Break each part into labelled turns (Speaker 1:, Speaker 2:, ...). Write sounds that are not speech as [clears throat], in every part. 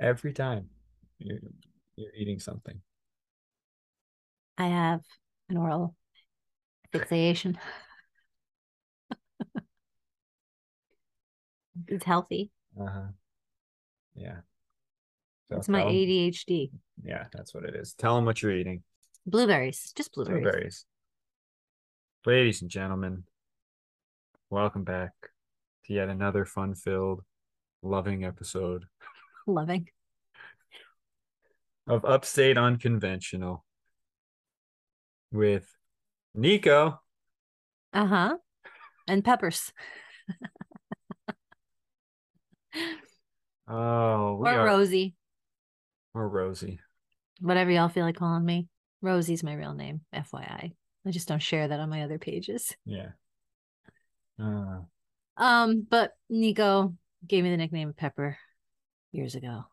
Speaker 1: Every time you're, you're eating something.
Speaker 2: I have an oral fixation. it's healthy.
Speaker 1: Uh-huh. Yeah. So
Speaker 2: It's my
Speaker 1: tell 'em-
Speaker 2: ADHD.
Speaker 1: Yeah, that's what it is. Tell them what you're eating.
Speaker 2: Blueberries, just blueberries.
Speaker 1: Blueberries. Ladies and gentlemen, welcome back to yet another fun filled, loving episode
Speaker 2: Loving.
Speaker 1: of Upstate Unconventional with Nico.
Speaker 2: Uh huh. And peppers.
Speaker 1: Oh, we
Speaker 2: or
Speaker 1: are
Speaker 2: Rosie,
Speaker 1: or Rosie.
Speaker 2: whatever y'all feel like calling me. Rosie's my real name, FYI. I just don't share that on my other pages.
Speaker 1: Yeah. Uh,
Speaker 2: Um, but Nico gave me the nickname Pepper years ago.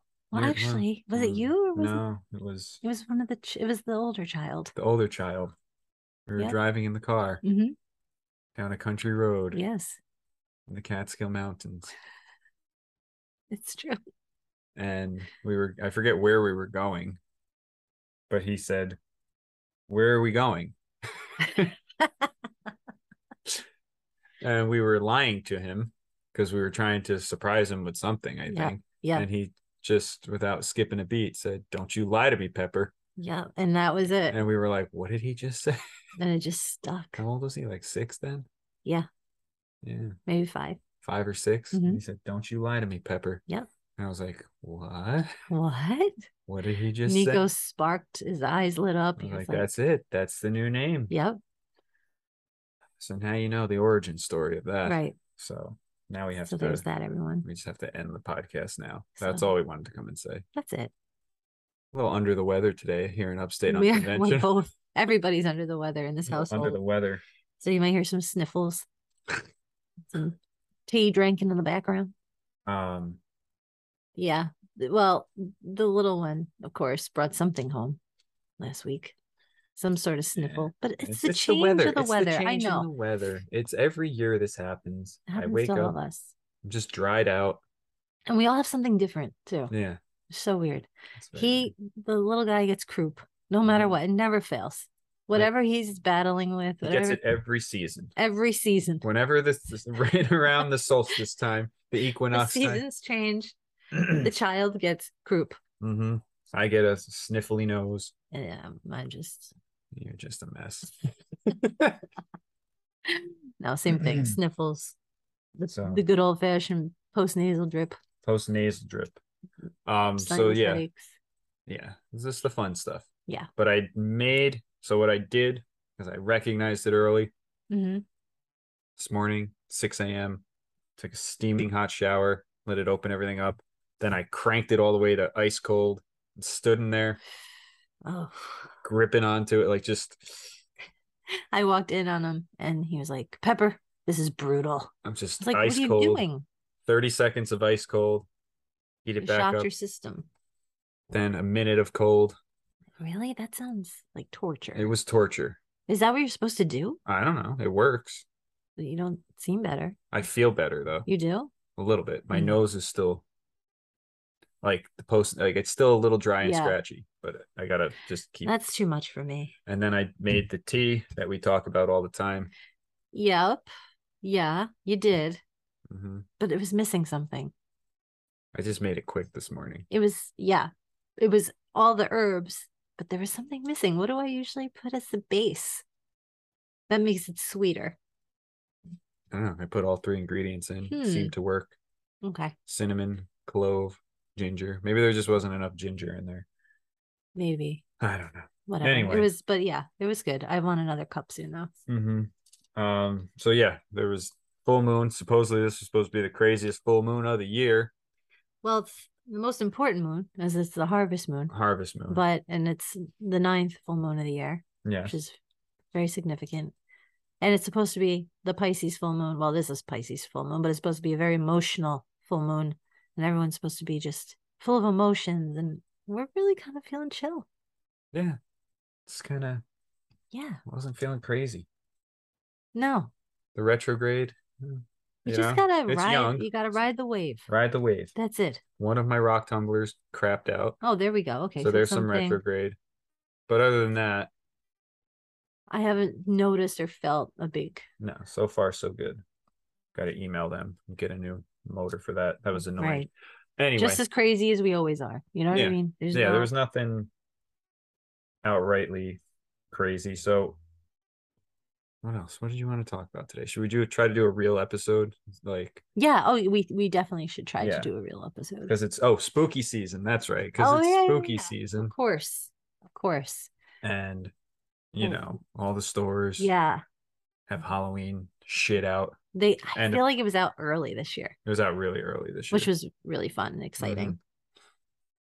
Speaker 1: Years-
Speaker 2: Well,
Speaker 1: wow.
Speaker 2: actually, was it
Speaker 1: Mm,
Speaker 2: you or was it?
Speaker 1: no, it was
Speaker 2: It was one of the. Ch- it was the older child.
Speaker 1: the older child. We were
Speaker 2: Yeah.
Speaker 1: driving in the car
Speaker 2: hmm
Speaker 1: down a country road
Speaker 2: Yes,
Speaker 1: in the Catskill Mountains.
Speaker 2: it's true.
Speaker 1: and we were I forget where we were going, but he said, "Where are we
Speaker 2: [laughs]
Speaker 1: going?" and we were lying to him because we were trying to surprise him with something, I
Speaker 2: Yeah,
Speaker 1: think.
Speaker 2: yeah.
Speaker 1: And he just without skipping a beat said, "Don't you lie to me, Pepper."
Speaker 2: Yeah, and that was it.
Speaker 1: And we were like, "What did he just say? [laughs]
Speaker 2: And it just stuck.
Speaker 1: How old was he? Like 6 then?"
Speaker 2: Yeah.
Speaker 1: Yeah,
Speaker 2: Maybe five.
Speaker 1: 5 or 6.
Speaker 2: Mhm.
Speaker 1: And he said, "Don't you lie to me, Pepper."
Speaker 2: Yeah.
Speaker 1: And I was like, "What?
Speaker 2: What?
Speaker 1: What did he just Oh say?"
Speaker 2: Nico sparked. His eyes lit up.
Speaker 1: I was
Speaker 2: He was
Speaker 1: like, that's it. That's the new name.
Speaker 2: Yep.
Speaker 1: So now you know the origin story of that.
Speaker 2: Right.
Speaker 1: So now we have
Speaker 2: So
Speaker 1: to
Speaker 2: there's that, everyone.
Speaker 1: we just have to end the podcast now. That's
Speaker 2: So-
Speaker 1: all we wanted to come and say.
Speaker 2: That's it.
Speaker 1: A little under the weather today here in upstate
Speaker 2: We are- [laughs]
Speaker 1: unconventional. [laughs]
Speaker 2: we're both. Everybody's under the weather in this
Speaker 1: A little
Speaker 2: household.
Speaker 1: Under the weather.
Speaker 2: So you might hear
Speaker 1: [laughs]
Speaker 2: some sniffles, some tea drinking in the background.
Speaker 1: Um
Speaker 2: Yeah. Well, the little one, of course, brought something home last week. Some sort of sniffle, but it's, the
Speaker 1: just
Speaker 2: change of the
Speaker 1: It's
Speaker 2: weather. I
Speaker 1: change in
Speaker 2: know.
Speaker 1: the weather. It's every year this happens.
Speaker 2: It
Speaker 1: I
Speaker 2: happens
Speaker 1: wake
Speaker 2: to all of
Speaker 1: up
Speaker 2: us.
Speaker 1: I'm just dried out.
Speaker 2: And we all have something different too.
Speaker 1: Yeah.
Speaker 2: So weird.
Speaker 1: it's very-
Speaker 2: He, the little guy, gets croup no matter
Speaker 1: Mhm.
Speaker 2: what. It never fails. Whatever he's battling with,
Speaker 1: he gets
Speaker 2: whatever,
Speaker 1: it every season.
Speaker 2: every season.
Speaker 1: Whenever this, this [laughs] right around the solstice time, the
Speaker 2: [laughs] The
Speaker 1: equinox time.
Speaker 2: seasons change.
Speaker 1: Hmm.
Speaker 2: The child gets croup.
Speaker 1: [clears throat] Mm-hmm. I get a sniffly nose.
Speaker 2: Yeah, mine just
Speaker 1: You're just a
Speaker 2: [laughs]
Speaker 1: mess.
Speaker 2: No, same thing.
Speaker 1: Mm-hmm.
Speaker 2: Sniffles. The,
Speaker 1: So-
Speaker 2: the good old fashioned post nasal drip.
Speaker 1: Post nasal drip. Um. So
Speaker 2: sinus
Speaker 1: yeah,
Speaker 2: aches.
Speaker 1: yeah. This is the fun stuff.
Speaker 2: Yeah.
Speaker 1: But I made so what I did because I recognized it early
Speaker 2: Mhm.
Speaker 1: this morning, 6 a.m. Took a steaming hot shower, let it open everything up. Then I cranked it all the way to ice cold and stood in there,
Speaker 2: Oh,
Speaker 1: gripping onto it, like just
Speaker 2: I walked in on him and he was like, Pepper, this is brutal.
Speaker 1: I'm
Speaker 2: I
Speaker 1: just
Speaker 2: was like,
Speaker 1: ice
Speaker 2: what are you
Speaker 1: cold.
Speaker 2: doing?
Speaker 1: 30 seconds of ice cold. Heat
Speaker 2: You
Speaker 1: it back
Speaker 2: shocked
Speaker 1: up.
Speaker 2: your system.
Speaker 1: Then a minute of cold.
Speaker 2: Really? That sounds like torture.
Speaker 1: It was torture.
Speaker 2: is that what you're supposed to do?
Speaker 1: I don't know. It works.
Speaker 2: You don't seem better.
Speaker 1: I feel better though,
Speaker 2: You do?
Speaker 1: a little bit. My
Speaker 2: Mhm.
Speaker 1: nose is still like the post, like it's still a little dry and
Speaker 2: Yeah.
Speaker 1: scratchy, but I gotta just keep.
Speaker 2: That's too much for me.
Speaker 1: And then I made the tea that we talk about all the time.
Speaker 2: Yep. Yeah, you did.
Speaker 1: hmm
Speaker 2: But it was missing something.
Speaker 1: I just made it quick this morning.
Speaker 2: It was, yeah, it was all the herbs, but there was something missing. What do I usually put as the base? That makes it sweeter.
Speaker 1: I don't know. I put all three ingredients in.
Speaker 2: Hmm.
Speaker 1: It Seemed to work.
Speaker 2: Okay.
Speaker 1: Cinnamon, clove, ginger. Maybe there just wasn't enough ginger in there.
Speaker 2: Maybe.
Speaker 1: I don't know.
Speaker 2: Whatever.
Speaker 1: Anyway.
Speaker 2: It was, but yeah, it was good. I want another cup soon though.
Speaker 1: Mm-hmm. Um, so yeah, there was full moon. Supposedly this was supposed to be the craziest full moon of the year,
Speaker 2: Well, it's the most important moon is it's the harvest moon,
Speaker 1: harvest moon.
Speaker 2: but, and it's the ninth full moon of the year,
Speaker 1: yeah.
Speaker 2: which is very significant. And it's supposed to be the Pisces full moon. Well, this is Pisces full moon, but it's supposed to be a very emotional full moon. And everyone's supposed to be just full of emotions. And we're really kind of feeling chill.
Speaker 1: Yeah. It's kind of
Speaker 2: Yeah.
Speaker 1: wasn't feeling crazy.
Speaker 2: No.
Speaker 1: The retrograde, mm,
Speaker 2: You
Speaker 1: You
Speaker 2: just
Speaker 1: know?
Speaker 2: gotta
Speaker 1: It's
Speaker 2: ride.
Speaker 1: young.
Speaker 2: You gotta ride the wave.
Speaker 1: Ride the wave.
Speaker 2: That's it.
Speaker 1: One of my rock tumblers crapped out.
Speaker 2: Oh, there we go. Okay.
Speaker 1: so there's some
Speaker 2: something
Speaker 1: retrograde. But other than that,
Speaker 2: I haven't noticed or felt a big.
Speaker 1: no, so far so good. Got to email them and get a new motor for that. That was annoying.
Speaker 2: Right.
Speaker 1: Anyway,
Speaker 2: Just as crazy as we always are. You know what I
Speaker 1: Yeah.
Speaker 2: mean? There's
Speaker 1: yeah,
Speaker 2: not-
Speaker 1: there was nothing outrightly crazy. So what else? What did you want to talk about today? Should we do try to do a real episode? Like
Speaker 2: Yeah. Oh, we we definitely should try
Speaker 1: Yeah.
Speaker 2: to do a real episode.
Speaker 1: because it's oh spooky season. That's right. Because
Speaker 2: Oh,
Speaker 1: it's
Speaker 2: yeah, yeah,
Speaker 1: spooky
Speaker 2: yeah.
Speaker 1: season
Speaker 2: Of course. Of course.
Speaker 1: and you
Speaker 2: Oh.
Speaker 1: know, all the stores
Speaker 2: Yeah.
Speaker 1: have Halloween shit out.
Speaker 2: They I
Speaker 1: And-
Speaker 2: feel like it was out early this year,
Speaker 1: It was out really early this year.
Speaker 2: which was really fun and exciting.
Speaker 1: Mm-hmm.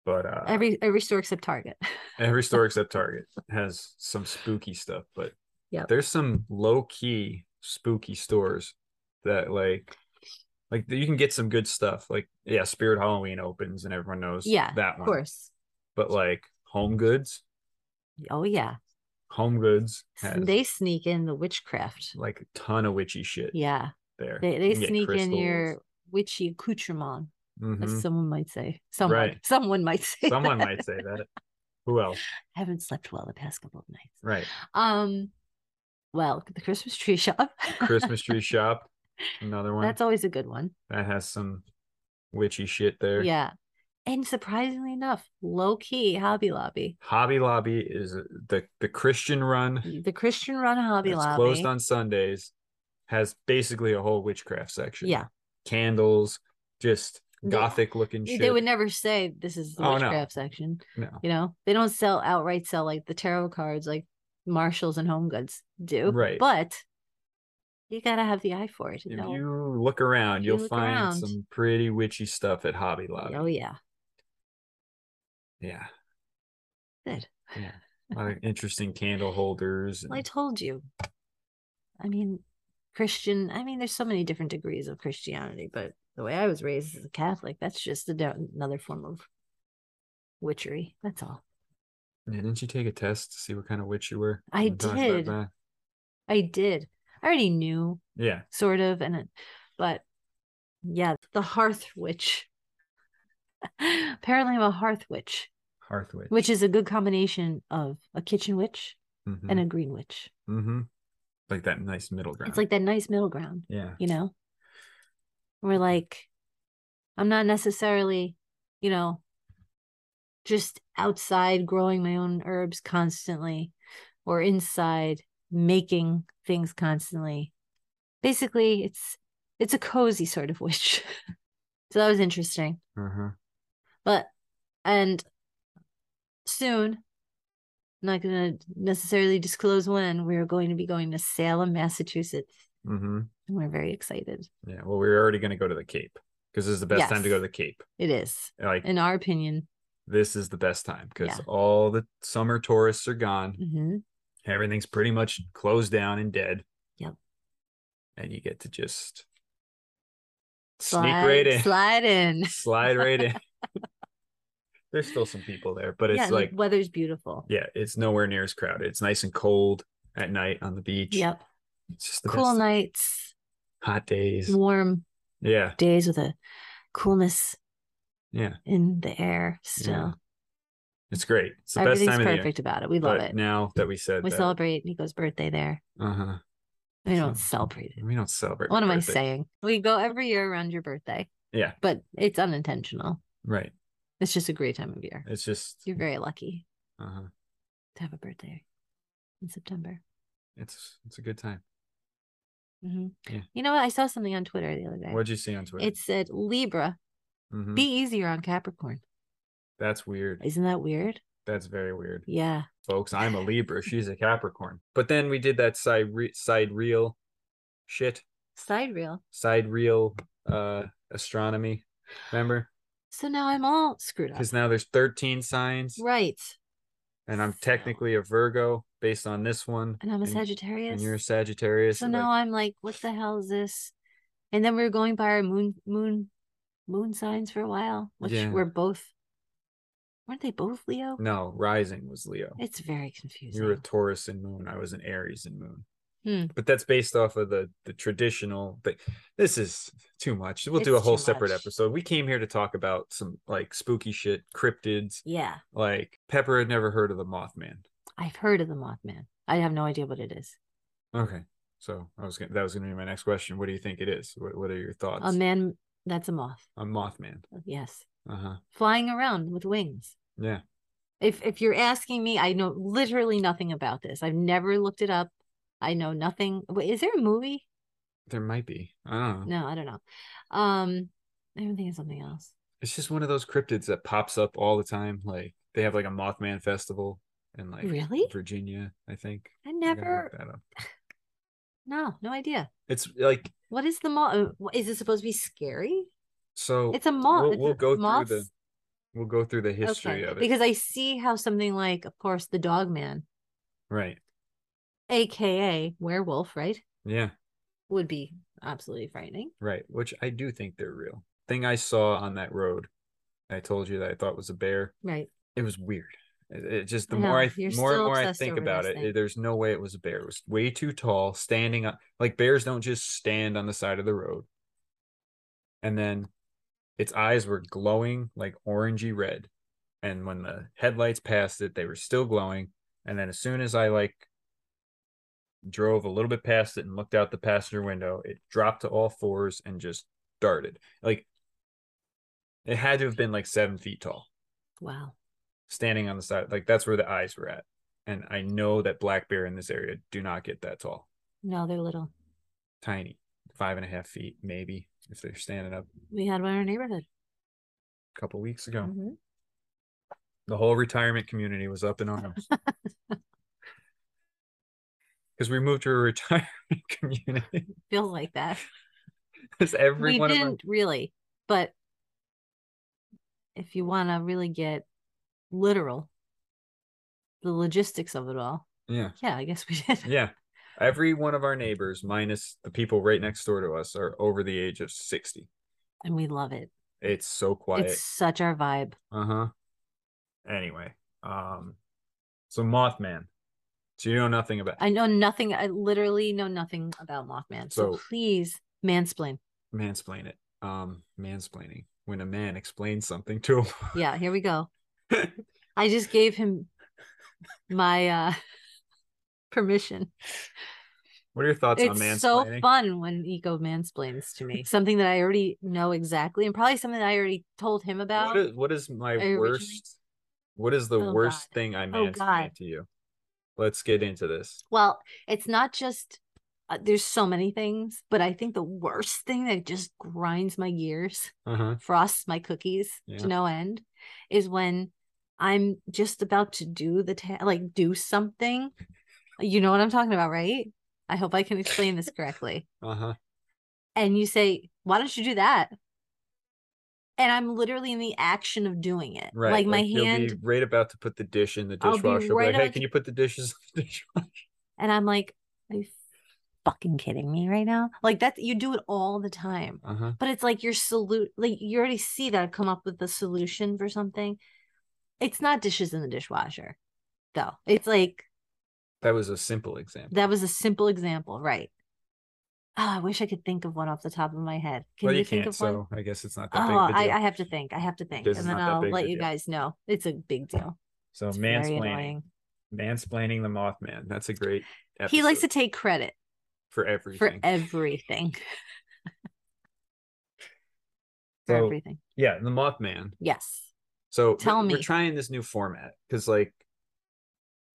Speaker 1: but uh every,
Speaker 2: Every every store except Target. [laughs]
Speaker 1: every store except Target has some spooky stuff, but
Speaker 2: Yep.
Speaker 1: there's some low key spooky stores that like like you can get some good stuff. Like yeah, Spirit Halloween opens and everyone knows
Speaker 2: Yeah,
Speaker 1: that
Speaker 2: of
Speaker 1: one.
Speaker 2: course.
Speaker 1: But like Home Goods,
Speaker 2: Oh yeah.
Speaker 1: Home Goods has
Speaker 2: They sneak in the witchcraft.
Speaker 1: like a ton of witchy shit
Speaker 2: Yeah.
Speaker 1: there.
Speaker 2: They they sneak in your witchy accoutrement,
Speaker 1: hmm
Speaker 2: as someone might say. Someone
Speaker 1: Right.
Speaker 2: someone might [laughs] say.
Speaker 1: Someone
Speaker 2: that.
Speaker 1: might say
Speaker 2: [laughs]
Speaker 1: that. Who else?
Speaker 2: I haven't slept well the past couple of nights.
Speaker 1: Right.
Speaker 2: Um well, the Christmas tree [laughs] shop.
Speaker 1: Christmas tree shop. Another one
Speaker 2: That's always a good one.
Speaker 1: that has some witchy shit there.
Speaker 2: Yeah. And surprisingly enough, low key Hobby Lobby.
Speaker 1: Hobby Lobby is the the Christian run.
Speaker 2: The Christian run Hobby
Speaker 1: It's
Speaker 2: Lobby.
Speaker 1: closed on Sundays. Has basically a whole witchcraft section.
Speaker 2: yeah.
Speaker 1: candles, just
Speaker 2: They-
Speaker 1: gothic looking shit.
Speaker 2: They would never say this is the
Speaker 1: Oh, no.
Speaker 2: witchcraft section.
Speaker 1: no,
Speaker 2: You know, they don't sell outright sell like the tarot cards like Marshalls and Home Goods do.
Speaker 1: Right.
Speaker 2: But you gotta have the eye for it.
Speaker 1: if
Speaker 2: You know?
Speaker 1: you look around,
Speaker 2: If you
Speaker 1: you'll
Speaker 2: look
Speaker 1: find
Speaker 2: around.
Speaker 1: some pretty witchy stuff at Hobby Lobby.
Speaker 2: oh yeah.
Speaker 1: Yeah,
Speaker 2: Good.
Speaker 1: a lot of interesting candle holders.
Speaker 2: Well, I
Speaker 1: and-
Speaker 2: told you. I mean, Christian, I mean, there's so many different degrees of Christianity, but the way I was raised as a Catholic, that's just a, da- another form of witchery. That's all.
Speaker 1: Yeah, didn't you take a test to see what kind of witch you were?
Speaker 2: I
Speaker 1: We talked about
Speaker 2: did.
Speaker 1: that.
Speaker 2: I did. I already knew,
Speaker 1: Yeah,
Speaker 2: sort of, and it, but yeah, the hearth witch. [laughs] Apparently, I'm a hearth witch,
Speaker 1: hearth witch.
Speaker 2: which is a good combination of a kitchen witch
Speaker 1: Mm-hmm.
Speaker 2: and a green witch.
Speaker 1: mm-hmm. Like that nice middle ground.
Speaker 2: It's like that nice middle ground.
Speaker 1: yeah,
Speaker 2: you know we're like i'm not necessarily you know just outside growing my own herbs constantly or inside making things constantly basically it's it's a cozy sort of witch [laughs] so that was interesting
Speaker 1: uh-huh.
Speaker 2: but and soon I'm not going to necessarily disclose when we're going to be going to salem massachusetts
Speaker 1: mm-hmm.
Speaker 2: and we're very excited
Speaker 1: Yeah, well, we we're already going to go to the Cape because this is the best time to go
Speaker 2: Yes.
Speaker 1: to the Cape.
Speaker 2: it is
Speaker 1: Like
Speaker 2: in our opinion.
Speaker 1: this is the best time because
Speaker 2: Yeah.
Speaker 1: all the summer tourists are gone.
Speaker 2: hmm
Speaker 1: Everything's pretty much closed down and dead.
Speaker 2: Yep.
Speaker 1: And you get to just
Speaker 2: Slide,
Speaker 1: sneak right in, slide,
Speaker 2: slide in.
Speaker 1: right
Speaker 2: [laughs]
Speaker 1: in. [laughs] There's still some people there, but
Speaker 2: yeah,
Speaker 1: it's
Speaker 2: and
Speaker 1: like,
Speaker 2: the weather's beautiful.
Speaker 1: yeah, it's nowhere near as crowded. It's nice and cold at night on the beach.
Speaker 2: Yep.
Speaker 1: It's just the
Speaker 2: cool Mm.
Speaker 1: best.
Speaker 2: nights,
Speaker 1: Hot days.
Speaker 2: warm
Speaker 1: Yeah.
Speaker 2: days with a coolness
Speaker 1: Yeah.
Speaker 2: in the air still.
Speaker 1: Yeah. It's great. It's the best
Speaker 2: Everything's
Speaker 1: time of the year.
Speaker 2: perfect about it. We love
Speaker 1: But
Speaker 2: it.
Speaker 1: now that we said
Speaker 2: we
Speaker 1: that,
Speaker 2: celebrate Nico's birthday there.
Speaker 1: uh-huh.
Speaker 2: We don't
Speaker 1: So-
Speaker 2: celebrate it.
Speaker 1: We don't celebrate.
Speaker 2: What
Speaker 1: my
Speaker 2: am I
Speaker 1: birthday.
Speaker 2: saying? We go every year around your birthday,
Speaker 1: Yeah,
Speaker 2: but it's unintentional.
Speaker 1: right.
Speaker 2: It's just a great time of year.
Speaker 1: It's just
Speaker 2: You're very lucky
Speaker 1: uh,
Speaker 2: to have a birthday in September.
Speaker 1: it's it's a good time.
Speaker 2: hmm
Speaker 1: Yeah.
Speaker 2: You know what? I saw something on Twitter the other day.
Speaker 1: What'd you see on Twitter?
Speaker 2: It said Libra,
Speaker 1: Mhm.
Speaker 2: be easier on Capricorn.
Speaker 1: That's weird.
Speaker 2: Isn't that weird?
Speaker 1: That's very weird,
Speaker 2: Yeah.
Speaker 1: folks. I'm a
Speaker 2: [laughs]
Speaker 1: Libra. She's a Capricorn. But then we did that side re- side reel, shit,
Speaker 2: Side reel.
Speaker 1: side reel uh astronomy. Remember?
Speaker 2: So now I'm all screwed up.
Speaker 1: Because now there's 13 signs,
Speaker 2: Right.
Speaker 1: and I'm
Speaker 2: So-
Speaker 1: technically a Virgo based on this one,
Speaker 2: And I'm a
Speaker 1: And-
Speaker 2: Sagittarius.
Speaker 1: and you're a Sagittarius.
Speaker 2: so
Speaker 1: like,
Speaker 2: now I'm like, what the hell is this? And then we were going by our moon moon moon signs for a while, which
Speaker 1: Yeah. Mm-hmm.
Speaker 2: were both weren't they both Leo?
Speaker 1: no, rising was Leo.
Speaker 2: It's very confusing.
Speaker 1: You were a Taurus and Moon. I was an Aries and Moon.
Speaker 2: Hmm.
Speaker 1: But that's based off of the the traditional. But this is too much. We'll do
Speaker 2: It's
Speaker 1: a whole
Speaker 2: too
Speaker 1: separate
Speaker 2: much.
Speaker 1: episode. We came here to talk about some like spooky shit, cryptids.
Speaker 2: Yeah,
Speaker 1: Like Pepper had never heard of the Mothman.
Speaker 2: I've heard of the Mothman. I have no idea what it is.
Speaker 1: Okay, so I was gonna, that was gonna be my next question. What do you think it is? What What are your thoughts?
Speaker 2: A man that's a moth.
Speaker 1: a Mothman.
Speaker 2: Yes,
Speaker 1: Uh huh.
Speaker 2: flying around with wings.
Speaker 1: Yeah.
Speaker 2: If if you're asking me, I know literally nothing about this. I've never looked it up. I know nothing. Wait, is there a movie?
Speaker 1: There might be. I don't know.
Speaker 2: No, I don't know. Um, I'm thinking of something else.
Speaker 1: It's just one of those cryptids that pops up all the time. Like they have like a Mothman festival in like
Speaker 2: Really?
Speaker 1: Virginia, I think.
Speaker 2: I
Speaker 1: I gotta look
Speaker 2: never.
Speaker 1: that up.
Speaker 2: No, no idea.
Speaker 1: It's like
Speaker 2: What is the moth? Is it supposed to be scary?
Speaker 1: so.
Speaker 2: It's a moth.
Speaker 1: We'll,
Speaker 2: It's
Speaker 1: we'll
Speaker 2: a-
Speaker 1: go
Speaker 2: moths?
Speaker 1: through the. We'll go through the history
Speaker 2: okay.
Speaker 1: of it.
Speaker 2: Because I see how something like, of course, the Dogman,
Speaker 1: Right.
Speaker 2: aka werewolf, right,
Speaker 1: Yeah.
Speaker 2: would be absolutely frightening.
Speaker 1: Right. Which I do think they're real. Thing I saw on that road, I told you that I thought was a bear.
Speaker 2: Right.
Speaker 1: It was weird. It, it just the
Speaker 2: I
Speaker 1: more
Speaker 2: know,
Speaker 1: I
Speaker 2: you're
Speaker 1: more and
Speaker 2: still
Speaker 1: more I
Speaker 2: obsessed
Speaker 1: think
Speaker 2: over
Speaker 1: about
Speaker 2: this
Speaker 1: it, eh,
Speaker 2: thing.
Speaker 1: there's no way it was a bear. It was way too tall, standing up. Like bears don't just stand on the side of the road. And then its eyes were glowing like orangey red. And when the headlights passed it, they were still glowing. And then as soon as I like drove a little bit past it and looked out the passenger window, it dropped to all fours and just darted. Like it had to have been like seven feet tall,
Speaker 2: Wow.
Speaker 1: standing on the side. Like that's where the eyes were at. And I know that black bear in this area do not get that tall.
Speaker 2: No, they're little.
Speaker 1: Tiny. Five and a half feet, maybe, if they're standing up
Speaker 2: We had one in our neighborhood.
Speaker 1: a couple weeks ago.
Speaker 2: Mhm.
Speaker 1: The whole retirement community was up in
Speaker 2: [laughs]
Speaker 1: arms. Because we moved to a retirement [laughs] community.
Speaker 2: Feels like that.
Speaker 1: Because every
Speaker 2: we
Speaker 1: one of
Speaker 2: didn't
Speaker 1: our
Speaker 2: really, but if you want to really get literal, the logistics of it all,
Speaker 1: yeah.
Speaker 2: yeah, I guess we [laughs] did.
Speaker 1: Yeah. Every one of our neighbors, minus the people right next door to us, are over the age of 60.
Speaker 2: And we love it.
Speaker 1: It's so quiet.
Speaker 2: It's such our vibe.
Speaker 1: Uh-huh. Anyway, um so Mothman. So you know nothing about
Speaker 2: I know nothing. I literally know nothing about Mothman. So,
Speaker 1: So-
Speaker 2: please mansplain.
Speaker 1: mansplain it. Um mansplaining. When a man explains something to a
Speaker 2: Yeah, here we go. I just gave him my uh [laughs] permission.
Speaker 1: [laughs] What are your thoughts on mansplaining?
Speaker 2: it's so fun when Eco mansplains to me something that I already know exactly, and probably something that I already told him about.
Speaker 1: What is what is my
Speaker 2: originally-
Speaker 1: worst what is the
Speaker 2: Oh,
Speaker 1: worst
Speaker 2: God.
Speaker 1: thing I
Speaker 2: Oh,
Speaker 1: mansplain
Speaker 2: God.
Speaker 1: to you? Let's get into this.
Speaker 2: well, it's not just uh, there's so many things, but I think the worst thing that just grinds my gears,
Speaker 1: Uh-huh.
Speaker 2: frosts my cookies
Speaker 1: Yeah.
Speaker 2: to no end, is when I'm just about to do the ta- like do something. You know what I'm talking about, right? I hope I can explain this correctly.
Speaker 1: Uh-huh.
Speaker 2: and you say, "Why don't you do that?" And I'm literally in the action of doing it.
Speaker 1: Right.
Speaker 2: Like my
Speaker 1: you'll
Speaker 2: hand,
Speaker 1: be right about to put the dish in the
Speaker 2: I'll be
Speaker 1: dishwasher. Be
Speaker 2: right
Speaker 1: like, hey, can
Speaker 2: about to-
Speaker 1: you put the dishes in the [laughs] dishwasher?
Speaker 2: and I'm like, "Are you fucking kidding me right now?" Like that's you do it all the time.
Speaker 1: Uh-huh.
Speaker 2: But it's like your salute, like you already see that I've come up with a solution for something. It's not dishes in the dishwasher, though. It's like
Speaker 1: That was a simple example.
Speaker 2: that was a simple example, right? Ah, I wish I could think of one off the top of my head. Can
Speaker 1: well, you,
Speaker 2: you think
Speaker 1: can't,
Speaker 2: of one?
Speaker 1: so I guess it's not
Speaker 2: Oh,
Speaker 1: that big of a
Speaker 2: I,
Speaker 1: deal.
Speaker 2: I have to think. I have to think,
Speaker 1: This
Speaker 2: and
Speaker 1: is
Speaker 2: then
Speaker 1: not that
Speaker 2: I'll
Speaker 1: big of
Speaker 2: let
Speaker 1: a
Speaker 2: you
Speaker 1: deal.
Speaker 2: guys know it's a big deal.
Speaker 1: so
Speaker 2: It's very
Speaker 1: mansplaining,
Speaker 2: annoying.
Speaker 1: mansplaining the Mothman. That's a great. Episode
Speaker 2: He likes to take credit
Speaker 1: for everything.
Speaker 2: for e- everything. for
Speaker 1: So-
Speaker 2: everything.
Speaker 1: yeah, the Mothman.
Speaker 2: Yes.
Speaker 1: So
Speaker 2: Tell
Speaker 1: we're,
Speaker 2: me.
Speaker 1: we're trying this new format because, like,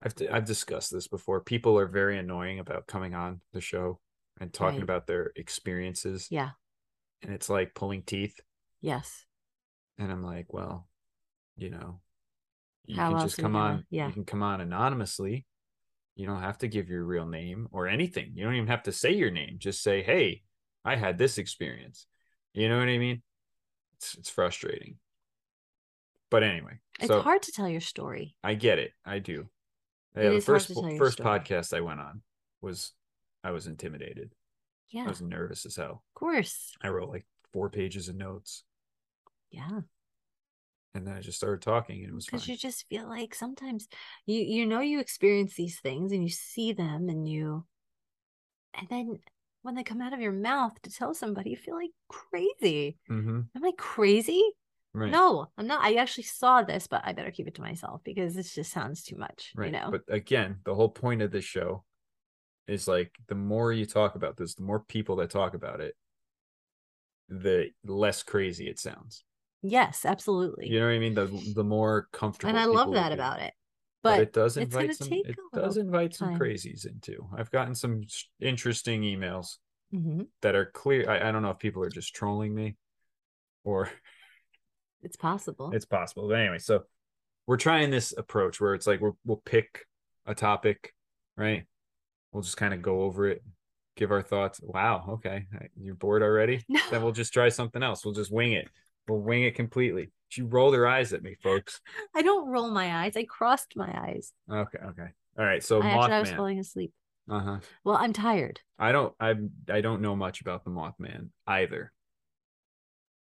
Speaker 1: I've d- I've discussed this before. People are very annoying about coming on the show and talking
Speaker 2: Right.
Speaker 1: about their experiences.
Speaker 2: Yeah.
Speaker 1: and it's like pulling teeth.
Speaker 2: Yes.
Speaker 1: and I'm like, well, you know, you
Speaker 2: How
Speaker 1: can
Speaker 2: else
Speaker 1: just
Speaker 2: are you
Speaker 1: come
Speaker 2: gonna-
Speaker 1: on.
Speaker 2: yeah.
Speaker 1: You can come on anonymously. You don't have to give your real name or anything. You don't even have to say your name. Just say, hey, I had this experience. You know what I mean? It's it's frustrating. But anyway,
Speaker 2: It's
Speaker 1: so
Speaker 2: hard to tell your story.
Speaker 1: I get it. I do.
Speaker 2: It
Speaker 1: Yeah, the
Speaker 2: is hard
Speaker 1: first
Speaker 2: to tell your
Speaker 1: first
Speaker 2: story.
Speaker 1: podcast I went on was I was intimidated.
Speaker 2: Yeah.
Speaker 1: I
Speaker 2: Of
Speaker 1: was nervous as hell.
Speaker 2: course.
Speaker 1: I wrote like four pages of notes
Speaker 2: Yeah.
Speaker 1: and then I just started talking and it was fun.
Speaker 2: Because you just feel like sometimes you you know you experience these things and you see them and you and then when they come out of your mouth to tell somebody, you feel like crazy.
Speaker 1: Mm-hmm.
Speaker 2: Am I crazy?
Speaker 1: Right.
Speaker 2: No, I'm not. I actually saw this, but I better keep it to myself because this just sounds too much.
Speaker 1: Right.
Speaker 2: You know.
Speaker 1: But again, the whole point of this show is like the more you talk about this, the more people that talk about it, the less crazy it sounds.
Speaker 2: yes, absolutely.
Speaker 1: You know what I mean? The the more comfortable.
Speaker 2: and I love
Speaker 1: people
Speaker 2: that
Speaker 1: will be.
Speaker 2: about it.
Speaker 1: But,
Speaker 2: But
Speaker 1: it does
Speaker 2: it's gonna
Speaker 1: invite some.
Speaker 2: take
Speaker 1: It
Speaker 2: a little
Speaker 1: does invite some
Speaker 2: time.
Speaker 1: crazies into. I've gotten some s- interesting emails
Speaker 2: Mhm,
Speaker 1: that are clear. I, I don't know if people are just trolling me, or
Speaker 2: it's possible.
Speaker 1: it's possible. But anyway, so we're trying this approach where it's like we're, we'll pick a topic, right? We'll just kind of go over it, give our thoughts. Wow, okay, you're bored already.
Speaker 2: [laughs] no,
Speaker 1: Then we'll just try something else. We'll just wing it. We'll wing it completely. She rolled her eyes at me, folks.
Speaker 2: I don't roll my eyes. I crossed my eyes.
Speaker 1: Okay, okay, all right. So
Speaker 2: I actually I was
Speaker 1: Mothman.
Speaker 2: falling asleep.
Speaker 1: Uh huh.
Speaker 2: Well, I'm tired.
Speaker 1: I don't. I I don't know much about the Mothman either.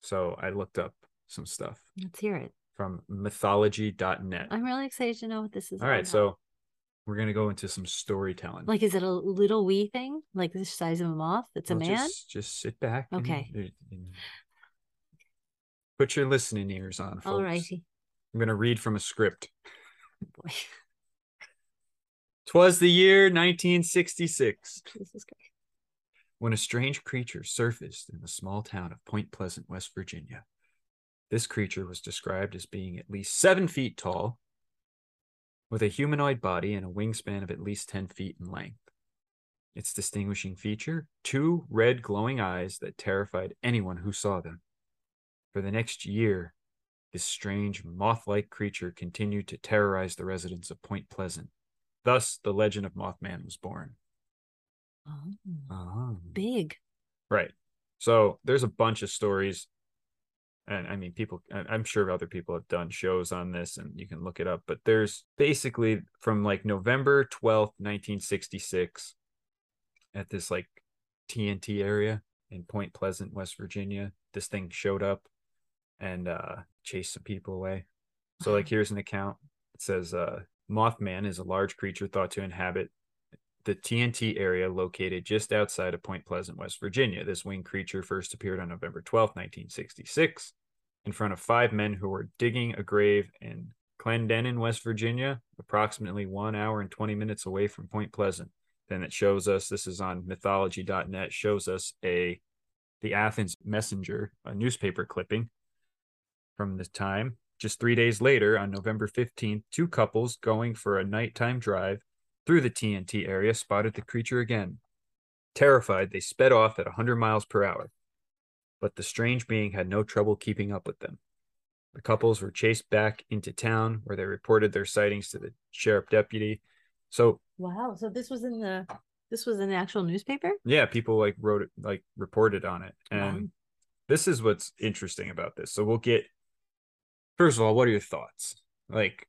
Speaker 1: So I looked up some stuff
Speaker 2: Let's hear it.
Speaker 1: from mythology.net.
Speaker 2: I'm really excited to know what this is.
Speaker 1: All right,
Speaker 2: about.
Speaker 1: so we're gonna go into some storytelling.
Speaker 2: like, is it a little wee thing, like the size of a moth? It's a
Speaker 1: Well,
Speaker 2: man.
Speaker 1: Just, just sit back. and-
Speaker 2: Okay.
Speaker 1: and- and put your listening ears on. Folks.
Speaker 2: All righty,
Speaker 1: I'm gonna read from a script.
Speaker 2: boy. [laughs]
Speaker 1: Twas the year 1966
Speaker 2: This is great.
Speaker 1: when a strange creature surfaced in the small town of Point Pleasant, West Virginia. This creature was described as being at least seven feet tall, with a humanoid body and a wingspan of at least 10 feet in length. Its distinguishing feature two red glowing eyes that terrified anyone who saw them. For the next year, this strange moth like creature continued to terrorize the residents of Point Pleasant. Thus, the legend of Mothman was born.
Speaker 2: Oh,
Speaker 1: Oh.
Speaker 2: big.
Speaker 1: Right. So there's a bunch of stories. And I mean, people, I- I'm sure other people have done shows on this and you can look it up. But there's basically from like November 12th, 1966, at this like TNT area in Point Pleasant, West Virginia, this thing showed up and uh, chased some people away. So, like, here's an account. It says uh, Mothman is a large creature thought to inhabit the TNT area located just outside of Point Pleasant, West Virginia. This winged creature first appeared on November 12, 1966, in front of five men who were digging a grave in Clendenin, West Virginia, approximately one hour and 20 minutes away from Point Pleasant. Then it shows us this is on mythology.net, shows us a the Athens Messenger, a newspaper clipping from this time. Just three days later, on November 15th, two couples going for a nighttime drive through the TNT area spotted the creature again. Terrified, they sped off at 100 miles per hour, but the strange being had no trouble keeping up with them. The couples were chased back into town where they reported their sightings to the sheriff deputy. So,
Speaker 2: Wow. So this was in the this was in the actual newspaper.
Speaker 1: yeah, people like wrote it, like reported on it. And
Speaker 2: Wow.
Speaker 1: this is what's interesting about this. So, we'll get first of all, what are your thoughts? Like,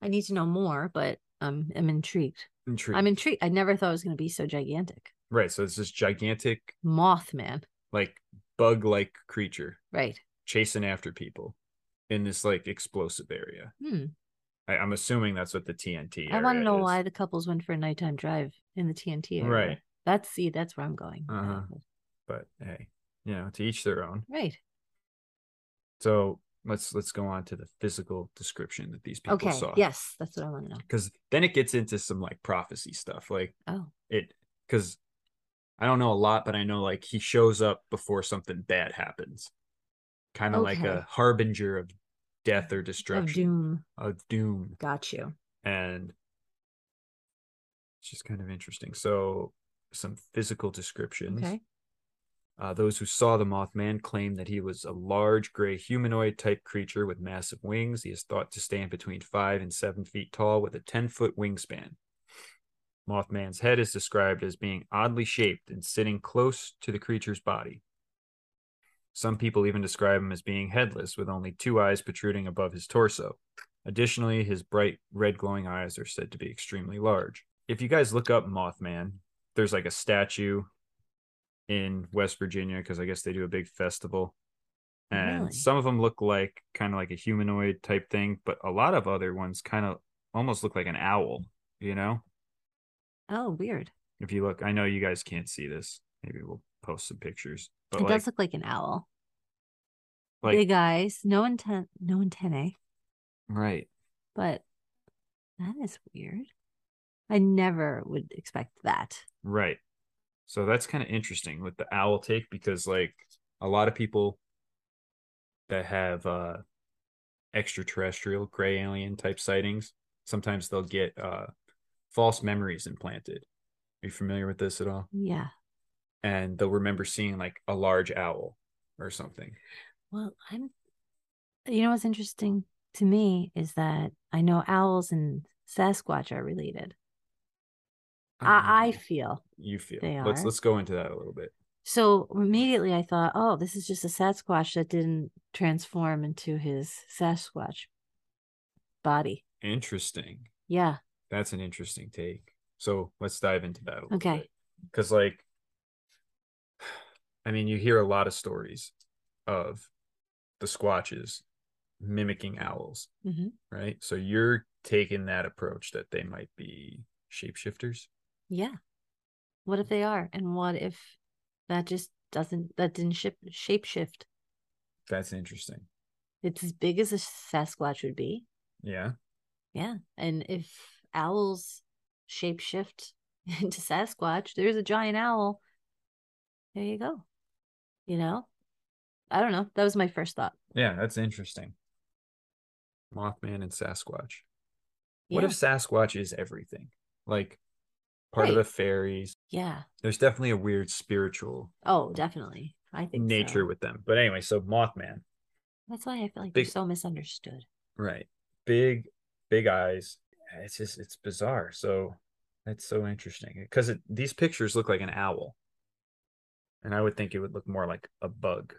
Speaker 2: I need to know more, but um, I'm intrigued.
Speaker 1: intrigued.
Speaker 2: I'm intrigued. I never thought it was going to be so gigantic.
Speaker 1: right. So, it's this gigantic,
Speaker 2: Mothman,
Speaker 1: like, bug like creature.
Speaker 2: right?
Speaker 1: chasing after people in this like explosive area.
Speaker 2: Hmm.
Speaker 1: I, I'm assuming that's what the TNT.
Speaker 2: I want to
Speaker 1: area
Speaker 2: know
Speaker 1: is.
Speaker 2: why the couples went for a nighttime drive in the TNT area.
Speaker 1: Right.
Speaker 2: That's see, that's where I'm going.
Speaker 1: Uh-huh. But hey, you know, to each their own.
Speaker 2: Right.
Speaker 1: So let's let's go on to the physical description that these people
Speaker 2: okay.
Speaker 1: saw.
Speaker 2: Yes, that's what I want to know.
Speaker 1: Because then it gets into some like prophecy stuff. Like
Speaker 2: Oh,
Speaker 1: it because I don't know a lot, but I know like he shows up before something bad happens. Kind of like
Speaker 2: Okay.
Speaker 1: a harbinger of death or
Speaker 2: of
Speaker 1: destruction.
Speaker 2: doom.
Speaker 1: Of doom.
Speaker 2: Got you.
Speaker 1: and it's just kind of interesting. So, some physical descriptions.
Speaker 2: Okay.
Speaker 1: Uh, those who saw the Mothman claim that he was a large gray humanoid type creature with massive wings. He is thought to stand between five and seven feet tall with a 10 foot wingspan. Mothman's head is described as being oddly shaped and sitting close to the creature's body. Some people even describe him as being headless with only two eyes protruding above his torso. Additionally, his bright red glowing eyes are said to be extremely large. If you guys look up Mothman, there's like a statue in West Virginia because I guess they do a big festival. And
Speaker 2: Really?
Speaker 1: some of them look like kind of like a humanoid type thing, but a lot of other ones kind of almost look like an owl, you know?
Speaker 2: Oh, weird.
Speaker 1: If you look, I know you guys can't see this. Maybe we'll post some pictures. But
Speaker 2: it
Speaker 1: like,
Speaker 2: does look like an owl.
Speaker 1: like
Speaker 2: Big eyes, no intent, no antennae,
Speaker 1: right.
Speaker 2: but that is weird. I never would expect that.
Speaker 1: Right. So that's kind of interesting with the owl take because like a lot of people that have uh extraterrestrial gray alien type sightings, sometimes they'll get uh false memories implanted. Are you familiar with this at all?
Speaker 2: Yeah.
Speaker 1: And they'll remember seeing like a large owl or something.
Speaker 2: Well, I'm. You know what's interesting to me is that I know owls and Sasquatch are related. I, I
Speaker 1: Oh.
Speaker 2: feel
Speaker 1: you feel
Speaker 2: they
Speaker 1: let's
Speaker 2: are.
Speaker 1: let's go into that a little bit.
Speaker 2: so. Immediately, I thought, oh, this is just a Sasquatch that didn't transform into his Sasquatch body.
Speaker 1: Interesting.
Speaker 2: Yeah.
Speaker 1: That's an interesting take. So let's dive into that a little
Speaker 2: Okay.
Speaker 1: Because, like, I mean, you hear a lot of stories of the squatches mimicking owls,
Speaker 2: hmm
Speaker 1: right? So you're taking that approach that they might be shapeshifters.
Speaker 2: Yeah. What if they are? And what if that just doesn't, that didn't ship, shapeshift?
Speaker 1: That's interesting.
Speaker 2: It's as big as a Sasquatch would be.
Speaker 1: Yeah.
Speaker 2: Yeah. And if owls shapeshift [laughs] into Sasquatch, there's a giant owl. There you go. You know? I don't know. That was my first thought.
Speaker 1: Yeah. That's interesting. Mothman and Sasquatch. What if Sasquatch is everything? Like part of
Speaker 2: Right.
Speaker 1: the fairies.
Speaker 2: Yeah.
Speaker 1: There's definitely a weird spiritual
Speaker 2: Oh, definitely. I think so.
Speaker 1: nature with them. But anyway, so Mothman.
Speaker 2: That's why I feel like
Speaker 1: Big-
Speaker 2: you're so misunderstood.
Speaker 1: Right. Big, big eyes. It's just it's bizarre. So that's so interesting because it, these pictures look like an owl, and I would think it would look more like a bug,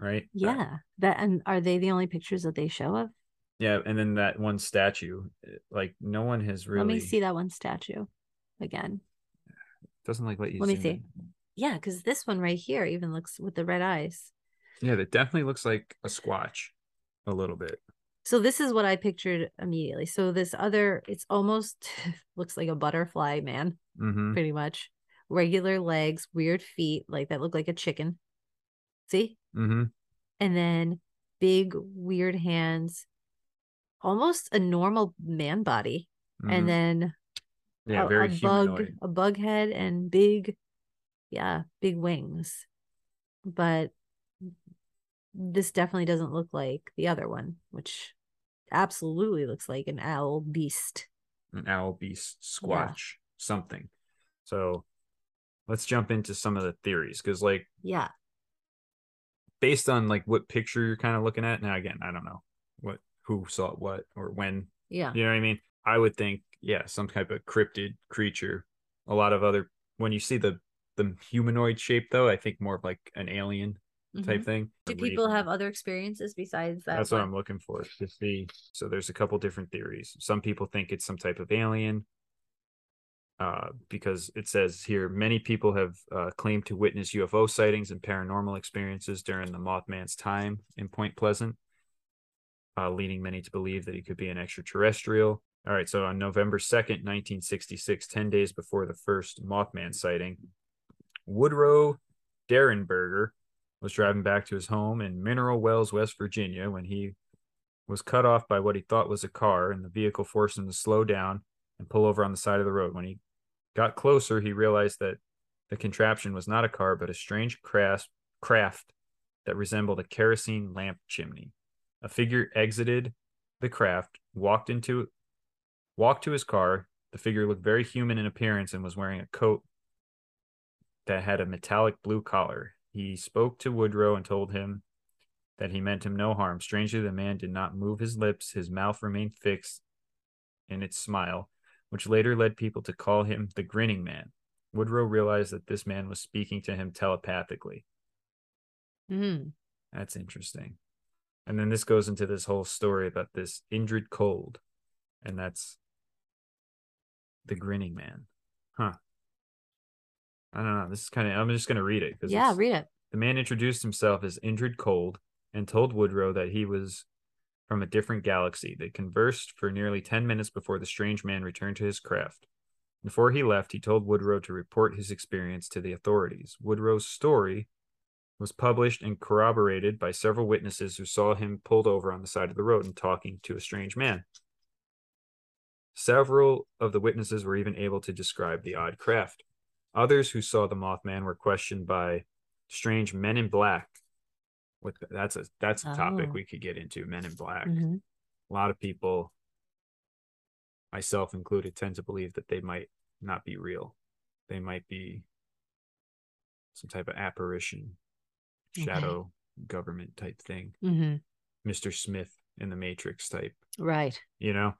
Speaker 1: right? Uh, That-
Speaker 2: Yeah. That and are they the only pictures that they show of?
Speaker 1: yeah, and then that one statue, it- like no one has really
Speaker 2: Let me see that one statue again.
Speaker 1: doesn't like let you.
Speaker 2: Let me
Speaker 1: zoom
Speaker 2: see. Yeah, because this one right here even looks with the red eyes.
Speaker 1: in. Yeah, that definitely looks like a squatch, a little bit.
Speaker 2: So this is what I pictured immediately. So this other, it's almost [laughs] looks like a butterfly man,
Speaker 1: Mm-hmm.
Speaker 2: pretty much. Regular legs, weird feet, like that look like a chicken. See?
Speaker 1: Mm-hmm.
Speaker 2: And then big, weird hands, almost a normal man body. And then
Speaker 1: mm-hmm. yeah,
Speaker 2: a,
Speaker 1: very
Speaker 2: a bug,
Speaker 1: humanoid.
Speaker 2: a bug head, and big, yeah, big wings. But this definitely doesn't look like the other one, which absolutely looks like an owl beast.
Speaker 1: an owl beast
Speaker 2: Yeah.
Speaker 1: squatch something so let's jump into some of the theories because like
Speaker 2: Yeah,
Speaker 1: based on like what picture you're kind of looking at now again i don't know what who saw what or when
Speaker 2: yeah,
Speaker 1: you know what i mean i would think yeah some type of cryptid creature a lot of other when you see the the humanoid shape though i think more of like an alien type
Speaker 2: Mhm.
Speaker 1: thing
Speaker 2: Do
Speaker 1: Away
Speaker 2: people
Speaker 1: from
Speaker 2: have
Speaker 1: that.
Speaker 2: other experiences besides that?
Speaker 1: that's what
Speaker 2: one?
Speaker 1: i'm looking for to see so there's a couple different theories some people think it's some type of alien uh, because it says here many people have uh, claimed to witness UFO sightings and paranormal experiences during the Mothman's time in Point Pleasant, uh, leading many to believe that he could be an extraterrestrial. All right, so on November 2nd, 1966, 10 days before the first Mothman sighting, Woodrow Derenberger was driving back to his home in Mineral Wells, West Virginia, when he was cut off by what he thought was a car, and the vehicle forced him to slow down and pull over on the side of the road. When he got closer, he realized that the contraption was not a car, but a strange craft, craft that resembled a kerosene lamp chimney. A figure exited the craft, walked into walked to his car. The figure looked very human in appearance and was wearing a coat that had a metallic blue collar. He spoke to Woodrow and told him that he meant him no harm. Strangely, the man did not move his lips. His mouth remained fixed in its smile, which later led people to call him the grinning man. Woodrow realized that this man was speaking to him telepathically.
Speaker 2: Mhm.
Speaker 1: That's interesting. And then this goes into this whole story about this Indrid Cold, and that's the grinning man. Huh. I don't know. This is kind of, I'm just going to read it because
Speaker 2: yeah, read it.
Speaker 1: the man introduced himself as Indrid Cold and told Woodrow that he was from a different galaxy. They conversed for nearly 10 minutes before the strange man returned to his craft. Before he left, he told Woodrow to report his experience to the authorities. Woodrow's story was published and corroborated by several witnesses who saw him pulled over on the side of the road and talking to a strange man. Several of the witnesses were even able to describe the odd craft. Others who saw the Mothman were questioned by strange men in black. With that's a that's a topic
Speaker 2: Oh.
Speaker 1: we could get into. Men in black.
Speaker 2: Mhm.
Speaker 1: A lot of people, myself included, tend to believe that they might not be real. They might be some type of apparition,
Speaker 2: Okay.
Speaker 1: shadow government type thing.
Speaker 2: Mhm.
Speaker 1: Mr. Smith in the Matrix type.
Speaker 2: Right.
Speaker 1: You know,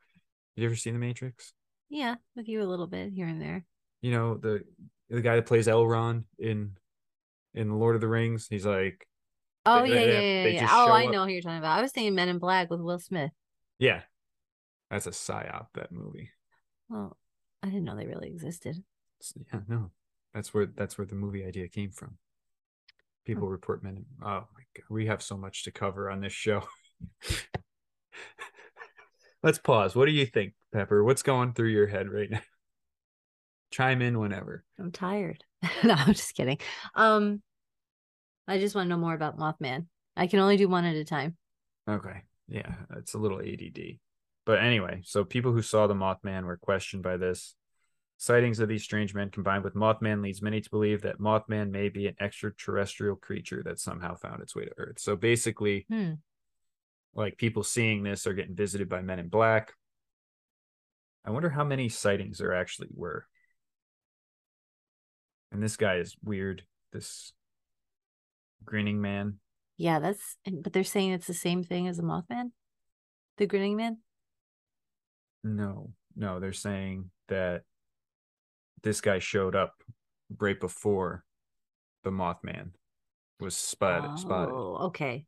Speaker 1: you ever seen the Matrix?
Speaker 2: Yeah, with you a little bit here and there.
Speaker 1: you know the the guy that plays Elrond in in the Lord of the Rings. He's like,
Speaker 2: Oh
Speaker 1: they-
Speaker 2: yeah,
Speaker 1: they-
Speaker 2: yeah,
Speaker 1: they
Speaker 2: yeah, yeah.
Speaker 1: just
Speaker 2: Oh,
Speaker 1: show
Speaker 2: I
Speaker 1: up.
Speaker 2: know who you're talking about. I was thinking Men in Black with Will Smith.
Speaker 1: yeah, that's a psyop. That movie.
Speaker 2: Well, I didn't know they really existed.
Speaker 1: It's- yeah, no, that's where that's where the movie idea came from. People report men. in- Oh my god, we have so much to cover on this show. [laughs] Let's pause. What do you think, Pepper? What's going through your head right now? Chime in whenever.
Speaker 2: I'm tired. [laughs] no, I'm just kidding. Um, I just want to know more about Mothman. I can only do one at a time.
Speaker 1: Okay. Yeah, it's a little ADD. But anyway, so people who saw the Mothman were questioned by this. Sightings of these strange men combined with Mothman leads many to believe that Mothman may be an extraterrestrial creature that somehow found its way to Earth. So basically,
Speaker 2: Hmm.
Speaker 1: like people seeing this are getting visited by men in black. I wonder how many sightings there actually were. And this guy is weird. This grinning man.
Speaker 2: Yeah, that's. and- But they're saying it's the same thing as the Mothman, the Grinning Man.
Speaker 1: No, no, they're saying that this guy showed up right before the Mothman was spotted. Spotted.
Speaker 2: Oh, okay.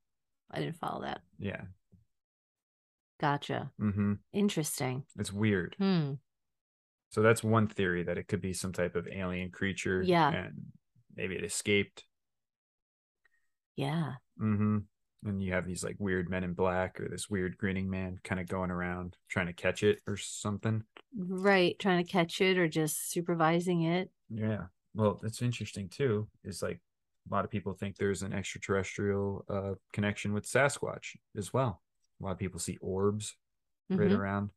Speaker 2: I didn't follow that.
Speaker 1: Yeah.
Speaker 2: Gotcha.
Speaker 1: Mm-hmm.
Speaker 2: Interesting.
Speaker 1: It's weird.
Speaker 2: Hmm.
Speaker 1: So that's one theory that it could be some type of alien creature.
Speaker 2: Yeah.
Speaker 1: And maybe it escaped.
Speaker 2: Yeah.
Speaker 1: Mm-hmm. And you have these like weird men in black or this weird grinning man kind of going around trying to catch it or something.
Speaker 2: Right. Trying to catch it or just supervising it.
Speaker 1: Yeah. Well, that's interesting too. Is like a lot of people think there's an extraterrestrial uh, connection with Sasquatch as well. A lot of people see orbs right
Speaker 2: Mhm.
Speaker 1: around.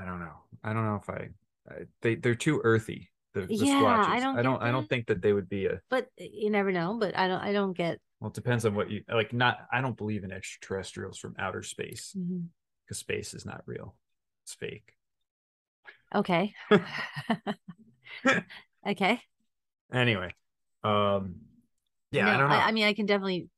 Speaker 1: I don't know. I don't know if I, I they they're too earthy. The, the
Speaker 2: Yeah,
Speaker 1: Squatches.
Speaker 2: I don't
Speaker 1: I
Speaker 2: get
Speaker 1: don't. I don't
Speaker 2: that.
Speaker 1: think that they would be a.
Speaker 2: But eh, you never know. But I don't. I don't get.
Speaker 1: Well, it depends on what you like. Not. I don't believe in extraterrestrials from outer space because space is not real. It's fake. [laughs]
Speaker 2: Okay. [laughs] okay.
Speaker 1: Anyway, um, yeah. I
Speaker 2: No,
Speaker 1: don't know.
Speaker 2: I,
Speaker 1: I,
Speaker 2: mean, I can definitely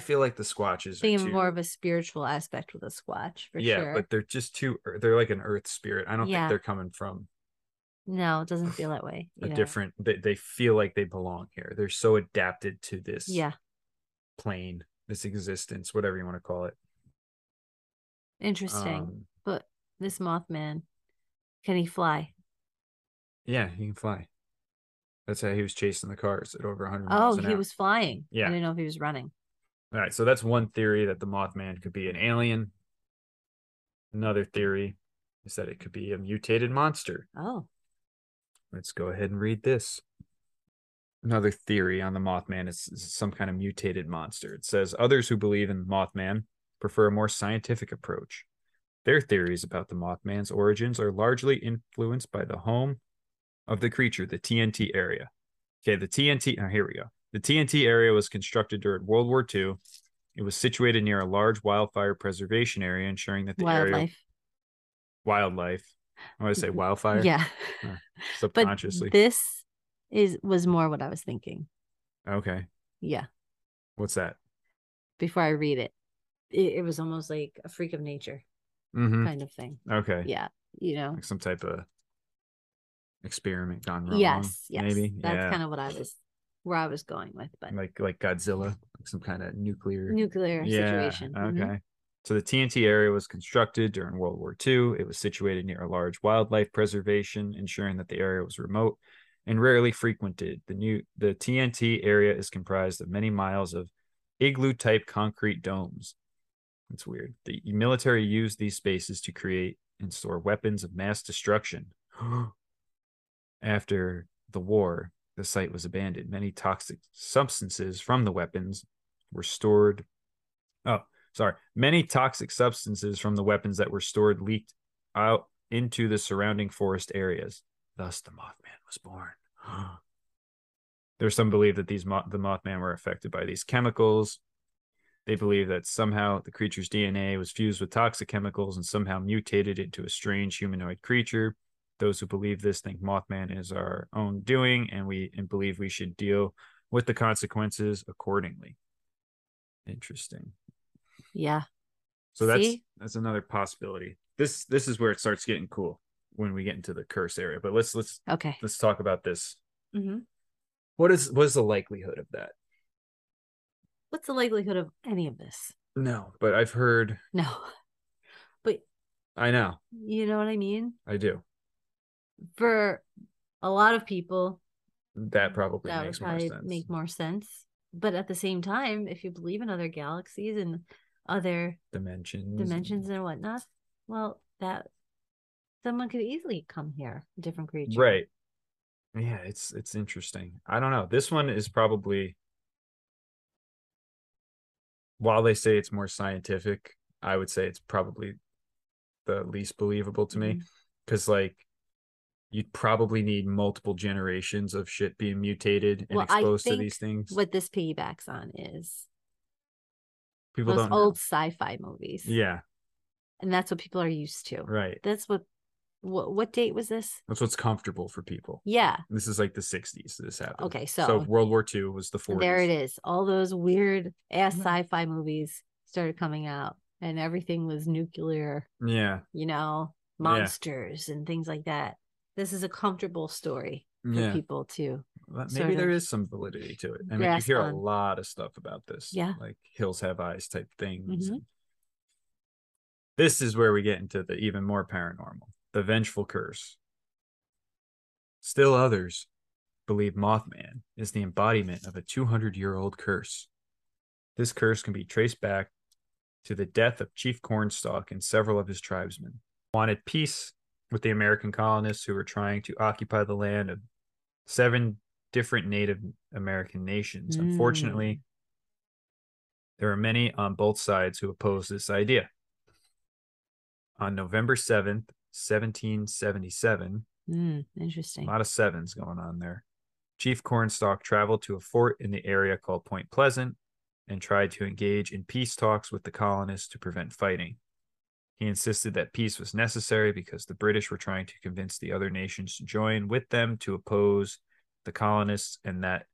Speaker 1: feel like the Squatches are
Speaker 2: think of
Speaker 1: too-
Speaker 2: more of a spiritual aspect with a squatch for
Speaker 1: yeah,
Speaker 2: sure.
Speaker 1: but they're just too. ear- They're like an earth spirit. I don't
Speaker 2: Yeah.
Speaker 1: think they're coming from
Speaker 2: no, it doesn't feel that way.
Speaker 1: a
Speaker 2: yeah.
Speaker 1: different. They, they feel like they belong here. They're so adapted to this
Speaker 2: Yeah.
Speaker 1: plane, this existence, whatever you want to call it.
Speaker 2: Interesting.
Speaker 1: Um,
Speaker 2: but this Mothman, can he fly?
Speaker 1: yeah, he can fly. That's how he was chasing the cars at over 100 miles
Speaker 2: Oh,
Speaker 1: an
Speaker 2: he
Speaker 1: hour.
Speaker 2: was flying.
Speaker 1: Yeah.
Speaker 2: I didn't know if he was running.
Speaker 1: All right, so that's one theory that the Mothman could be an alien. Another theory is that it could be a mutated monster.
Speaker 2: Oh.
Speaker 1: Let's go ahead and read this. Another theory on the Mothman is, is some kind of mutated monster. It says others who believe in Mothman prefer a more scientific approach. Their theories about the Mothman's origins are largely influenced by the home of the creature, the TNT area. Okay, the TNT, oh, here we go. The TNT area was constructed during World War II. It was situated near a large wildfire preservation area, ensuring that the area
Speaker 2: wildlife.
Speaker 1: wildlife. I want to
Speaker 2: [laughs]
Speaker 1: say wildfire
Speaker 2: Yeah.
Speaker 1: Yeah,
Speaker 2: but
Speaker 1: subconsciously.
Speaker 2: this is was more what I was thinking.
Speaker 1: okay,
Speaker 2: Yeah.
Speaker 1: what's that?
Speaker 2: Before I read it. It, it was almost like a freak of nature
Speaker 1: Mm-hmm.
Speaker 2: kind of thing.
Speaker 1: Okay.
Speaker 2: Yeah. You know.
Speaker 1: Like some type of experiment gone wrong.
Speaker 2: Yes. Yes.
Speaker 1: Maybe.
Speaker 2: That's
Speaker 1: yeah.
Speaker 2: kind of what I was where I was going with, but
Speaker 1: like like Godzilla, like some kind of nuclear
Speaker 2: nuclear
Speaker 1: yeah,
Speaker 2: situation.
Speaker 1: Okay.
Speaker 2: Mhm.
Speaker 1: So the TNT area was constructed during World War II. It was situated near a large wildlife preservation, ensuring that the area was remote and rarely frequented. The new the TNT area is comprised of many miles of igloo type concrete domes. That's weird. The military used these spaces to create and store weapons of mass destruction, [gasps] After the war, the site was abandoned. Many toxic substances from the weapons were stored. Oh, sorry. Many toxic substances from the weapons that were stored leaked out into the surrounding forest areas. Thus, the Mothman was born. [gasps] There's some belief that these mo- the Mothman were affected by these chemicals. They believe that somehow the creature's DNA was fused with toxic chemicals and somehow mutated into a strange humanoid creature. Those who believe this think Mothman is our own doing, and we and believe we should deal with the consequences accordingly. Interesting.
Speaker 2: Yeah.
Speaker 1: So that's
Speaker 2: See?
Speaker 1: that's another possibility. This this is where it starts getting cool when we get into the curse area. But let's let's
Speaker 2: Okay.
Speaker 1: let's talk about this.
Speaker 2: Mm-hmm.
Speaker 1: What is what is the likelihood of that?
Speaker 2: What's the likelihood of any of this? [laughs]
Speaker 1: No, but I've heard.
Speaker 2: No.
Speaker 1: I know.
Speaker 2: You know what I mean?
Speaker 1: I do.
Speaker 2: For a lot of people,
Speaker 1: That probably
Speaker 2: that would
Speaker 1: makes
Speaker 2: probably
Speaker 1: more sense.
Speaker 2: make more sense. But at the same time, if you believe in other galaxies and other
Speaker 1: dimensions.
Speaker 2: dimensions and whatnot, well, that someone could easily come here, a different creature.
Speaker 1: Right. Yeah, it's it's interesting. I don't know. This one is probably while they say it's more scientific, I would say it's probably the least believable to me
Speaker 2: Mhm.
Speaker 1: because like you'd probably need multiple generations of shit being mutated and
Speaker 2: Well, I
Speaker 1: exposed to
Speaker 2: think
Speaker 1: these things.
Speaker 2: What this piggybacks on is
Speaker 1: People
Speaker 2: those
Speaker 1: don't know.
Speaker 2: old sci-fi movies,
Speaker 1: Yeah,
Speaker 2: and that's what people are used to.
Speaker 1: right.
Speaker 2: That's what. What what date was this?
Speaker 1: That's what's comfortable for people.
Speaker 2: Yeah,
Speaker 1: This is like the 60s that this happened.
Speaker 2: Okay,
Speaker 1: so
Speaker 2: so-
Speaker 1: World War II was the 40s.
Speaker 2: there it is. All those weird ass
Speaker 1: Yeah.
Speaker 2: sci-fi movies started coming out, and everything was nuclear.
Speaker 1: Yeah.
Speaker 2: you know,
Speaker 1: Yeah.
Speaker 2: monsters and things like that. This is a comfortable story for
Speaker 1: Yeah.
Speaker 2: people too.
Speaker 1: Well,
Speaker 2: sort
Speaker 1: maybe there
Speaker 2: of
Speaker 1: is some validity to it. I mean, you
Speaker 2: grasp
Speaker 1: hear a
Speaker 2: on.
Speaker 1: lot of stuff about this,
Speaker 2: Yeah.
Speaker 1: like hills have eyes type things.
Speaker 2: Mhm.
Speaker 1: and- This is where we get into the even more paranormal, the vengeful curse. Still others believe Mothman is the embodiment of a 200 year old curse. This curse can be traced back to the death of Chief Cornstalk and several of his tribesmen. Wanted peace with the American colonists who were trying to occupy the land of seven different Native American nations.
Speaker 2: Mm.
Speaker 1: Unfortunately, there are many on both sides who oppose this idea. On November 7th, 1777,
Speaker 2: Mm, interesting.
Speaker 1: a lot of sevens going on there. Chief Cornstalk traveled to a fort in the area called Point Pleasant and tried to engage in peace talks with the colonists to prevent fighting. He insisted that peace was necessary because the British were trying to convince the other nations to join with them to oppose the colonists and that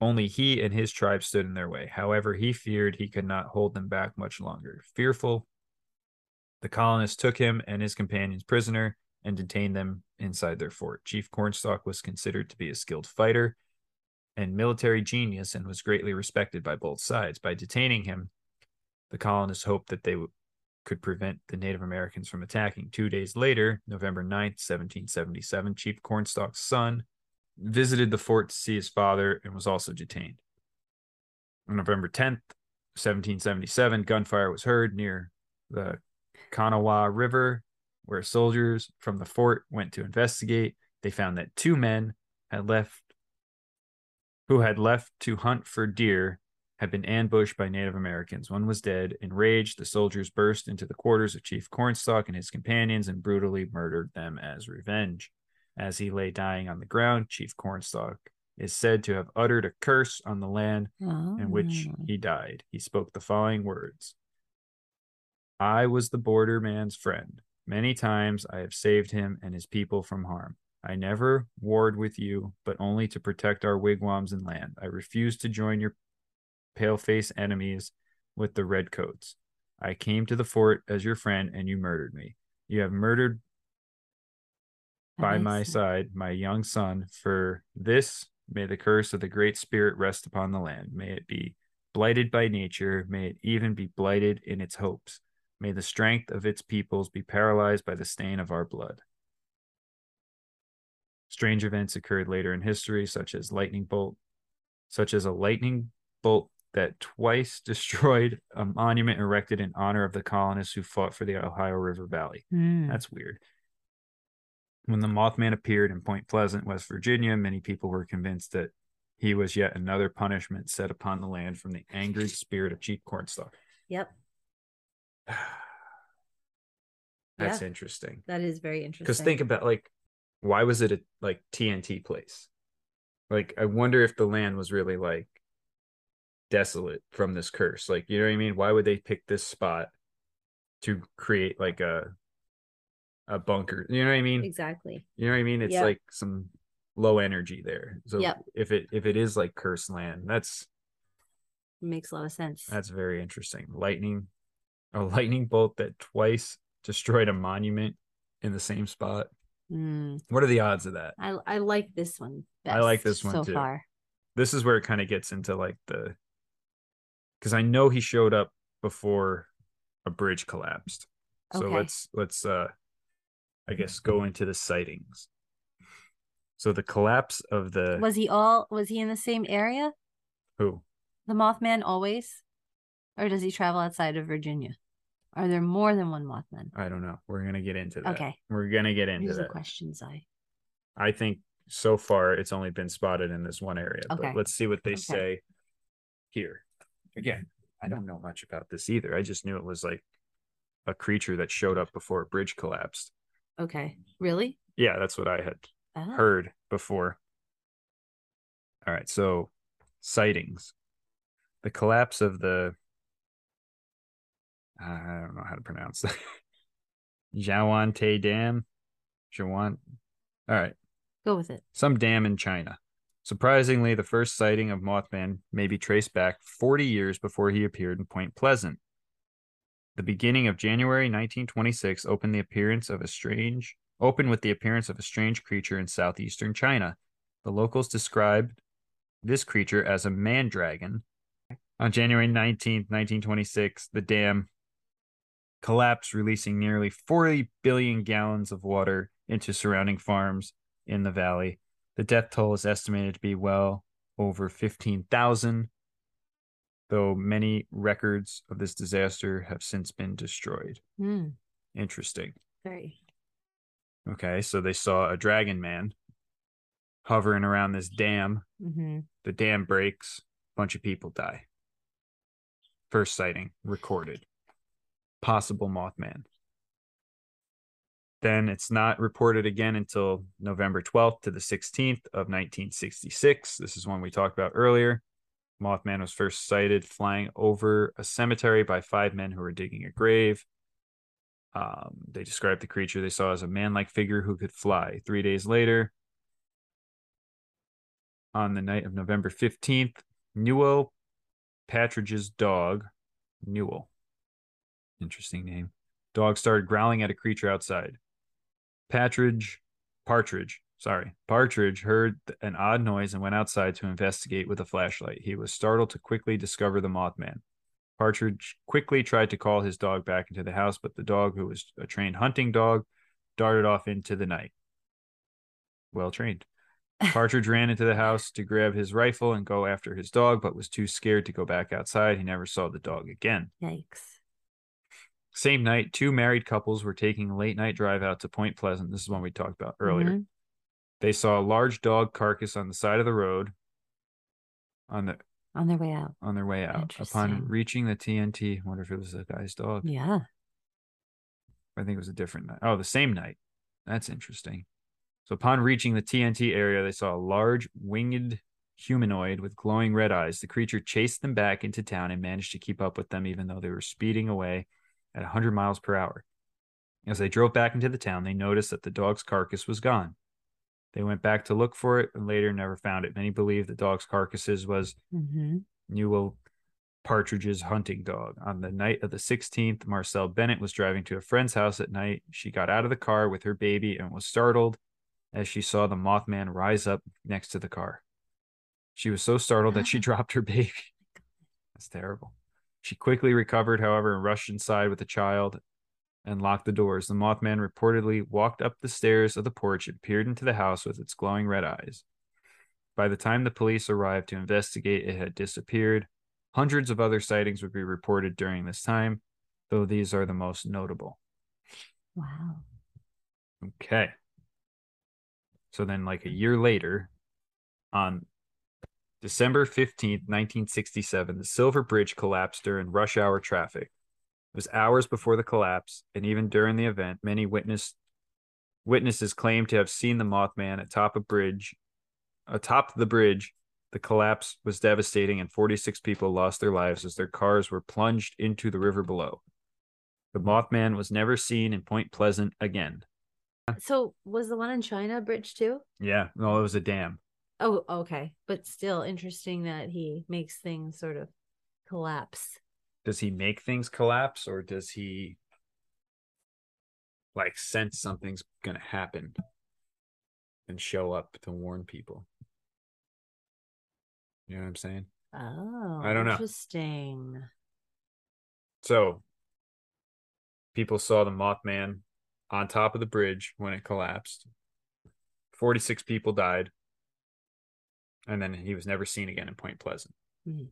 Speaker 1: only he and his tribe stood in their way. However, he feared he could not hold them back much longer. Fearful, the colonists took him and his companions prisoner and detained them inside their fort. Chief Cornstalk was considered to be a skilled fighter and military genius and was greatly respected by both sides. By detaining him, the colonists hoped that they w- could prevent the Native Americans from attacking. Two days later, November 9th, 1777, Chief Cornstalk's son visited the fort to see his father and was also detained. On November 10th, 1777, gunfire was heard near the Kanawha River where soldiers from the fort went to investigate. They found that two men had left who had left to hunt for deer had been ambushed by Native Americans. One was dead. Enraged, the soldiers burst into the quarters of Chief Cornstalk and his companions and brutally murdered them as revenge. As he lay dying on the ground, Chief Cornstalk is said to have uttered a curse on the land in which
Speaker 2: Oh.
Speaker 1: he died. He spoke the following words I was the border man's friend. Many times I have saved him and his people from harm. I never warred with you, but only to protect our wigwams and land. I refused to join your paleface enemies with the redcoats. I came to the fort as your friend, and you murdered me. You have murdered
Speaker 2: That
Speaker 1: by
Speaker 2: makes
Speaker 1: my
Speaker 2: sense.
Speaker 1: side, my young son, for this may the curse of the great spirit rest upon the land. May it be blighted by nature, may it even be blighted in its hopes. May the strength of its peoples be paralyzed by the stain of our blood. Strange events occurred later in history, such as lightning bolt, such as a lightning bolt that twice [laughs] destroyed a monument erected in honor of the colonists who fought for the Ohio River Valley.
Speaker 2: Mm.
Speaker 1: That's weird. When the Mothman appeared in Point Pleasant, West Virginia, many people were convinced that he was yet another punishment set upon the land from the angry spirit of cheap cornstalk.
Speaker 2: Yep.
Speaker 1: [sighs] That's
Speaker 2: Yeah.
Speaker 1: interesting.
Speaker 2: That is very interesting.
Speaker 1: Because think about like, why was it a like TNT place? Like, I wonder if the land was really like desolate from this curse. Like, you know what I mean? Why would they pick this spot to create like a a bunker? You know what I mean?
Speaker 2: exactly.
Speaker 1: You know what I mean? It's
Speaker 2: Yep.
Speaker 1: like some low energy there. So
Speaker 2: Yep.
Speaker 1: if it if it is like cursed land, that's
Speaker 2: makes a lot of sense.
Speaker 1: that's very interesting. Lightning, a lightning bolt that twice destroyed a monument in the same spot.
Speaker 2: Mm,
Speaker 1: What are the odds of that?
Speaker 2: I I like this one. Best
Speaker 1: I like this one
Speaker 2: so
Speaker 1: too.
Speaker 2: far.
Speaker 1: This is where it kind of gets into like the because I know he showed up before a bridge collapsed. So
Speaker 2: Okay.
Speaker 1: let's let's uh I guess go into the sightings. So the collapse of the
Speaker 2: Was he all? Was he in the same area?
Speaker 1: who?
Speaker 2: The Mothman always, or does he travel outside of Virginia? Are there more than one Mothman?
Speaker 1: I don't know. We're gonna get into that.
Speaker 2: Okay,
Speaker 1: We're gonna get into
Speaker 2: these are
Speaker 1: that.
Speaker 2: questions I.
Speaker 1: I think so far it's only been spotted in this one area.
Speaker 2: Okay.
Speaker 1: But let's see what they
Speaker 2: Okay.
Speaker 1: say here. Again, I don't know much about this either. I just knew it was like a creature that showed up before a bridge collapsed.
Speaker 2: Okay, really?
Speaker 1: Yeah, that's what I had
Speaker 2: Oh,
Speaker 1: heard before. All right, so sightings. The collapse of the I don't know how to pronounce that. [laughs] Jawante Dam. Jawan. All right
Speaker 2: Go with it.
Speaker 1: some dam in China. Surprisingly, the first sighting of Mothman may be traced back 40 years before he appeared in Point Pleasant. The beginning of January 1926 opened the appearance of a strange opened with the appearance of a strange creature in southeastern China. The locals described this creature as a man dragon. On January 19th, 1926, the dam collapsed, releasing nearly 40 billion gallons of water into surrounding farms in the valley. The death toll is estimated to be well over 15,000, though many records of this disaster have since been destroyed.
Speaker 2: Hmm.
Speaker 1: Interesting.
Speaker 2: very.
Speaker 1: Okay, so they saw a dragon man hovering around this dam.
Speaker 2: Mm-hmm.
Speaker 1: The dam breaks, bunch of people die. First sighting recorded. Possible Mothman. Then it's not reported again until November 12th to the 16th of 1966. This is one we talked about earlier. Mothman was first sighted flying over a cemetery by five men who were digging a grave. Um, they described the creature they saw as a man like figure who could fly. Three days later, on the night of November 15th, Newell Patridge's dog, Newell, interesting name, dog started growling at a creature outside. Patridge, Partridge, sorry, Partridge heard th- an odd noise and went outside to investigate with a flashlight. He was startled to quickly discover the Mothman. Partridge quickly tried to call his dog back into the house, but the dog, who was a trained hunting dog, darted off into the night. Well trained. Partridge ran into the house to grab his rifle and go after his dog, but was too scared to go back outside. He never saw the dog again.
Speaker 2: Yikes.
Speaker 1: Same night, two married couples were taking a late night drive out to Point Pleasant. This is one we talked about earlier.
Speaker 2: Mhm.
Speaker 1: They saw a large dog carcass on the side of the road on the
Speaker 2: On their way out.
Speaker 1: on their way out. Upon
Speaker 2: Interesting.
Speaker 1: reaching the TNT, I wonder if it was the guy's dog.
Speaker 2: Yeah.
Speaker 1: I think it was a different night. Oh, the same night. That's interesting. So upon reaching the TNT area, they saw a large winged humanoid with glowing red eyes. The creature chased them back into town and managed to keep up with them, even though they were speeding away at 100 miles per hour. As they drove back into the town, they noticed that the dog's carcass was gone. They went back to look for it and later never found it. Many believe the dog's carcasses was
Speaker 2: Mm-hmm.
Speaker 1: Newell Partridge's hunting dog. On the night of the 16th, Marcel Bennett was driving to a friend's house at night. She got out of the car with her baby and was startled as she saw the Mothman rise up next to the car. She was so startled that she dropped her baby. That's terrible. She quickly recovered, however, and rushed inside with the child and locked the doors. The Mothman reportedly walked up the stairs of the porch and peered into the house with its glowing red eyes. By the time the police arrived to investigate, it had disappeared. Hundreds of other sightings would be reported during this time, though these are the most notable.
Speaker 2: Wow.
Speaker 1: Okay. So then, like a year later, on December 15th, 1967, the Silver Bridge collapsed during rush hour traffic. It was hours before the collapse, and even during the event, many witness, witnesses claimed to have seen the Mothman atop a bridge. Atop the bridge, the collapse was devastating, and 46 people lost their lives as their cars were plunged into the river below. The Mothman was never seen in Point Pleasant again.
Speaker 2: So was the one in China bridge too?
Speaker 1: Yeah, no, it was a dam.
Speaker 2: Oh, okay. But still interesting that he makes things sort of collapse.
Speaker 1: Does he make things collapse, or does he like sense something's gonna happen and show up to warn people? You know what I'm saying?
Speaker 2: Oh,
Speaker 1: I don't know.
Speaker 2: Interesting.
Speaker 1: So people saw the Mothman on top of the bridge when it collapsed. 46 people died. And then he was never seen again in Point Pleasant.
Speaker 2: Hmm.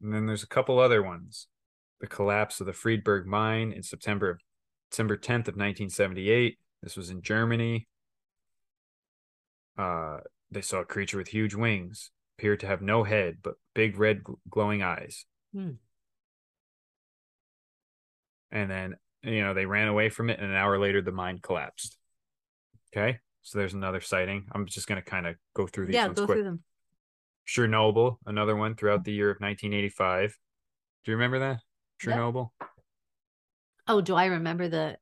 Speaker 1: And then there's a couple other ones. The collapse of the Friedberg mine in September September 10th of 1978. This was in Germany. Uh they saw a creature with huge wings, appeared to have no head but big red gl- glowing eyes.
Speaker 2: Hmm.
Speaker 1: And then, you know, they ran away from it and an hour later the mine collapsed. Okay? So there's another sighting. I'm just going to kind of go through these
Speaker 2: Yeah,
Speaker 1: ones
Speaker 2: go
Speaker 1: quick.
Speaker 2: through them.
Speaker 1: Chernobyl, another one
Speaker 2: Mm.
Speaker 1: throughout the year of 1985. Do you remember that?
Speaker 2: Yep.
Speaker 1: Chernobyl?
Speaker 2: Oh, do I remember the?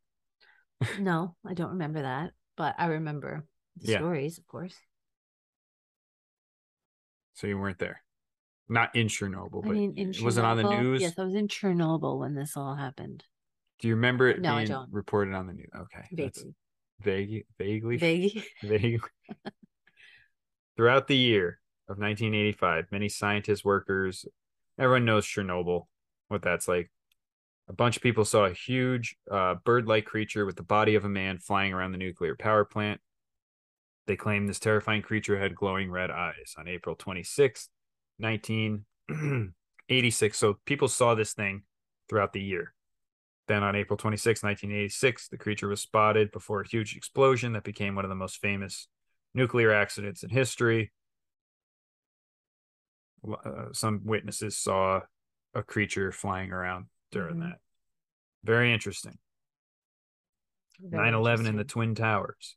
Speaker 2: [laughs] No, I don't remember that, but I remember the
Speaker 1: Yeah.
Speaker 2: stories, of course.
Speaker 1: So you weren't there. Not in Chernobyl,
Speaker 2: I
Speaker 1: but
Speaker 2: mean, in
Speaker 1: it wasn't on the
Speaker 2: Chernobyl-
Speaker 1: news.
Speaker 2: Yes, I was in Chernobyl when this all happened.
Speaker 1: do you remember it
Speaker 2: No, I
Speaker 1: being
Speaker 2: don't.
Speaker 1: reported on the news? Okay. That's
Speaker 2: Vaguely,
Speaker 1: vague, vaguely [laughs]
Speaker 2: vaguely.
Speaker 1: Vaguely. Throughout the year of 1985, many scientists, workers, everyone knows Chernobyl, what that's like. A bunch of people saw a huge uh, bird like creature with the body of a man flying around the nuclear power plant. They claim this terrifying creature had glowing red eyes on April 26th, [clears throat] 1986. So people saw this thing throughout the year. Then on April 26, 1986, the creature was spotted before a huge explosion that became one of the most famous nuclear accidents in history. Uh, some witnesses saw a creature flying around during
Speaker 2: Mhm.
Speaker 1: that. Very interesting.
Speaker 2: [laughs] Very
Speaker 1: 9 11 in the
Speaker 2: interesting.
Speaker 1: Twin Towers.